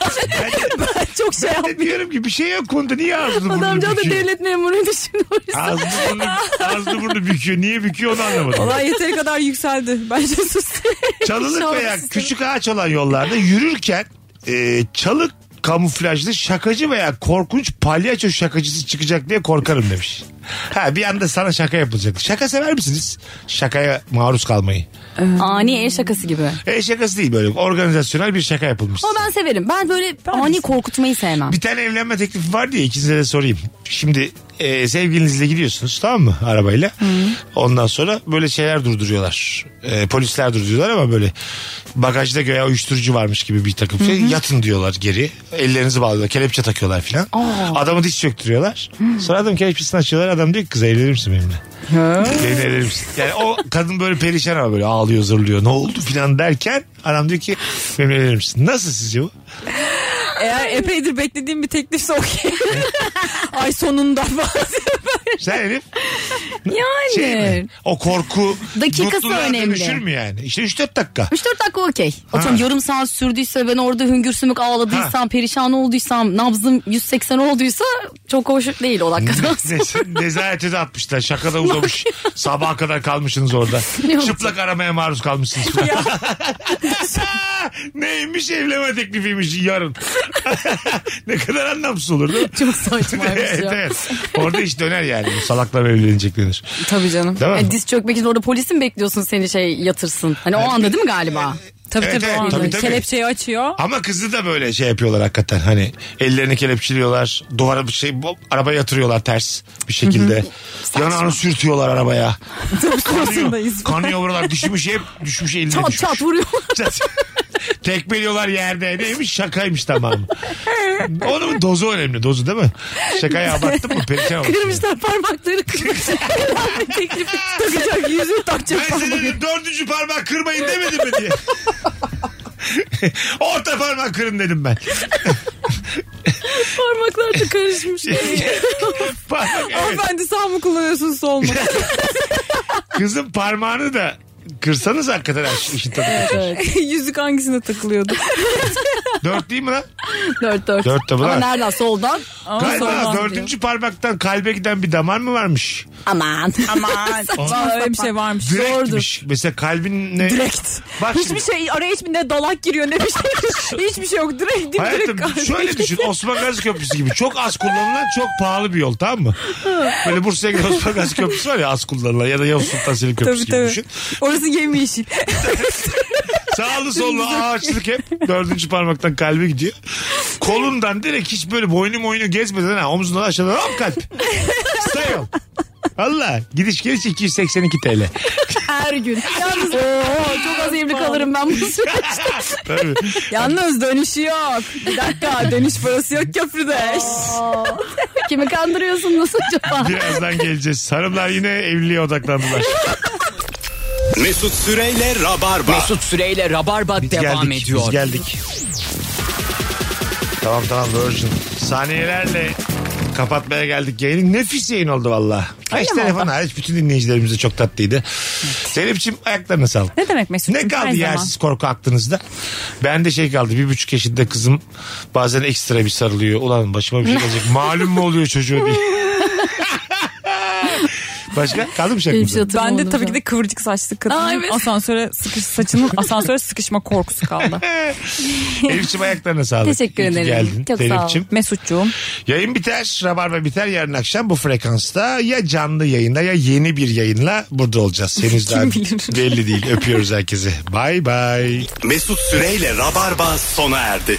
S6: ben çok şey
S3: Ben de
S6: yapmıyorum.
S3: diyorum ki bir şey yok konuda niye ağzını burnunu
S7: Adamcağız da
S3: büküyor?
S7: devlet memuruydu şimdi oysa.
S3: Ağzını burnu, ağzını burnu büküyor. Niye büküyor onu anlamadım.
S6: Olay yeteri kadar yükseldi. Bence sus.
S3: Çalılık
S6: Şov
S3: veya
S6: sistemi.
S3: küçük ağaç olan yollarda yürürken e, çalık kamuflajlı şakacı veya korkunç palyaço şakacısı çıkacak diye korkarım demiş. Ha bir anda sana şaka yapılacak. Şaka sever misiniz? Şakaya maruz kalmayı.
S7: Ani el şakası gibi.
S3: E şakası değil böyle organizasyonel bir şaka yapılmış.
S7: Ama ben severim. Ben böyle ani korkutmayı sevmem.
S3: Bir tane evlenme teklifi var diye ikinize de sorayım. Şimdi e, sevgilinizle gidiyorsunuz tamam mı arabayla. Ondan sonra böyle şeyler durduruyorlar. E, polisler durduruyorlar ama böyle bagajda göğe uyuşturucu varmış gibi bir takım şey. Yatın diyorlar geri. Ellerinizi bağlıyorlar. Kelepçe takıyorlar filan. Adamı diş çöktürüyorlar. Sonra adam kelepçesini açıyorlar. Adam diyor ki kız evlenir misin benimle? Beni evlenir misin? Yani o kadın böyle perişan ama böyle ağlıyor zırlıyor. Ne oldu filan derken adam diyor ki benimle evlenir misin? Nasıl sizce bu?
S6: Eğer epeydir beklediğim bir teklifse (laughs) okey. Ay sonunda (laughs) falan.
S3: Sen Elif?
S7: (laughs) Yani.
S3: Şey mi? O korku
S7: Dakikası
S3: mutluluğa
S7: önemli.
S3: dönüşür mü yani? İşte 3-4 dakika.
S7: 3-4 dakika okey. Atıyorum
S3: Ha.
S7: yarım saat sürdüyse ben orada hüngürsümük ağladıysam, perişan olduysam, nabzım 180 olduysa çok hoş değil o dakikadan sonra.
S3: Ne- Nezarete de atmışlar. Şakada
S7: (laughs)
S3: uzamış. Sabaha kadar kalmışsınız orada.
S7: olacak?
S3: Çıplak aramaya maruz kalmışsınız. falan. (laughs) Neymiş evlenme teklifiymiş yarın. (laughs) ne kadar anlamsız olur değil mi?
S7: (laughs) çok şey. saçmaymış
S3: (laughs) evet,
S7: ya.
S3: evet. Orada iş döner yani. Bu salaklar evlenecek denir.
S6: Tabii canım.
S3: Değil mi?
S7: Yani E, diz çökmek için orada polisin bekliyorsun seni şey yatırsın. Hani o anda değil mi galiba?
S6: Tabii
S3: Evet,
S6: tabii,
S3: evet,
S6: o anda.
S3: tabii, tabii.
S6: Kelepçeyi açıyor.
S3: Ama kızı da böyle şey yapıyorlar hakikaten. Hani ellerini kelepçiliyorlar. Duvara bir şey bu- arabaya yatırıyorlar ters bir şekilde. Yanağını sürtüyorlar
S7: (laughs)
S3: arabaya. kanıyor,
S6: Kursundayız.
S3: kanıyor buralar. Düşmüş hep düşmüş eline
S7: Çat
S3: düşmüş.
S7: çat vuruyor.
S3: (laughs) Çat. Tekmeliyorlar yerde. Neymiş şakaymış
S7: (laughs)
S3: tamam. Onun dozu önemli. Dozu değil mi? Şakayı abarttın mı? Perişan oldum.
S7: Kırmışlar parmakları kırmış.
S3: (laughs)
S7: Evlenme teklifi takacak yüzüğü takacak
S3: Ben size
S7: parmağı.
S3: dedim dördüncü parmak kırmayın demedim mi
S7: (laughs)
S3: diye. Orta parmak kırın dedim ben.
S7: Parmaklar
S3: (laughs)
S7: da karışmış.
S3: parmak, evet.
S6: Hanımefendi sağ mı kullanıyorsun
S3: (laughs)
S6: sol mu?
S3: Kızın parmağını da kırsanız hakikaten her şey işin tadı kaçar.
S6: Yüzük hangisine takılıyordu?
S3: Dört değil mi lan?
S7: Dört dört.
S3: Dört tabii
S7: Ama
S3: lan.
S7: nereden soldan?
S3: Galiba
S6: soldan
S3: dördüncü parmaktan kalbe giden bir damar mı varmış?
S7: Aman. Aman.
S6: Aa, öyle bir şey varmış.
S3: Direktmiş. Mesela kalbin ne?
S6: Direkt.
S3: Bak
S6: Hiçbir
S3: şimdi.
S6: şey araya hiçbir ne dalak giriyor ne bir şey. Hiçbir şey yok. Direkt dimdirek
S3: Hayatım
S6: kalbi.
S3: şöyle düşün Osman Gazi Köprüsü gibi çok az kullanılan çok pahalı bir yol tamam mı? Böyle Bursa'ya giden Osman Gazi Köprüsü var ya az kullanılan ya da Yavuz Sultan Selim Köprüsü
S6: Tabii
S3: gibi
S6: tabii.
S3: düşün.
S6: Orası yemyeşil.
S3: Sağlı sollu ağaçlık hep dördüncü parmaktan kalbe gidiyor. Kolundan direkt hiç böyle boynu boynu gezmeden ha omzundan aşağıdan hop kalp. Sayıyorum. Valla gidiş geliş 282 TL.
S7: Her gün. Yalnız Oo, çok az evli kalırım ben bu süreçte.
S3: Tabii.
S6: Yalnız dönüşü yok. Bir dakika dönüş parası yok köprüde.
S7: Kimi kandırıyorsunuz acaba?
S3: Birazdan geleceğiz. Hanımlar yine evliliğe odaklandılar.
S2: Mesut Süreyle Rabarba.
S11: Mesut Süreyle Rabarba devam
S3: geldik,
S11: ediyor.
S3: Biz geldik. Tamam tamam Virgin. Saniyelerle kapatmaya geldik yayını. Nefis yayın oldu valla. Hiç telefon hariç bütün dinleyicilerimiz de çok tatlıydı. Selim'ciğim ayaklarına sağlık.
S6: Ne demek Mesut'cum?
S3: Ne kaldı
S6: Her zaman.
S3: yersiz korku aklınızda? Ben de şey kaldı bir buçuk yaşında kızım bazen ekstra bir sarılıyor. Ulan başıma bir şey
S7: (laughs)
S3: gelecek. Malum mu oluyor çocuğu diye. Başka? Kaldı mı şey
S7: Benim şey
S3: aklınızda?
S7: hatırlamam
S6: Ben de
S7: oldu
S6: tabii
S7: şu
S6: ki de kıvırcık saçlı kadının
S7: Aa, evet.
S6: asansöre sıkış saçının asansöre sıkışma korkusu kaldı.
S3: Elif'ciğim ayaklarına sağlık.
S7: Teşekkür
S3: İyi ki
S7: ederim.
S3: Geldin.
S7: Çok sağ ol.
S3: Elif'ciğim.
S6: Mesut'cuğum.
S3: Yayın biter. Rabarba biter. Yarın akşam bu frekansta ya canlı yayında ya yeni bir yayınla burada olacağız.
S7: (laughs)
S3: Henüz daha
S6: bilir?
S3: belli değil. Öpüyoruz herkesi. Bay bay.
S2: Mesut Süreyle Rabarba sona erdi.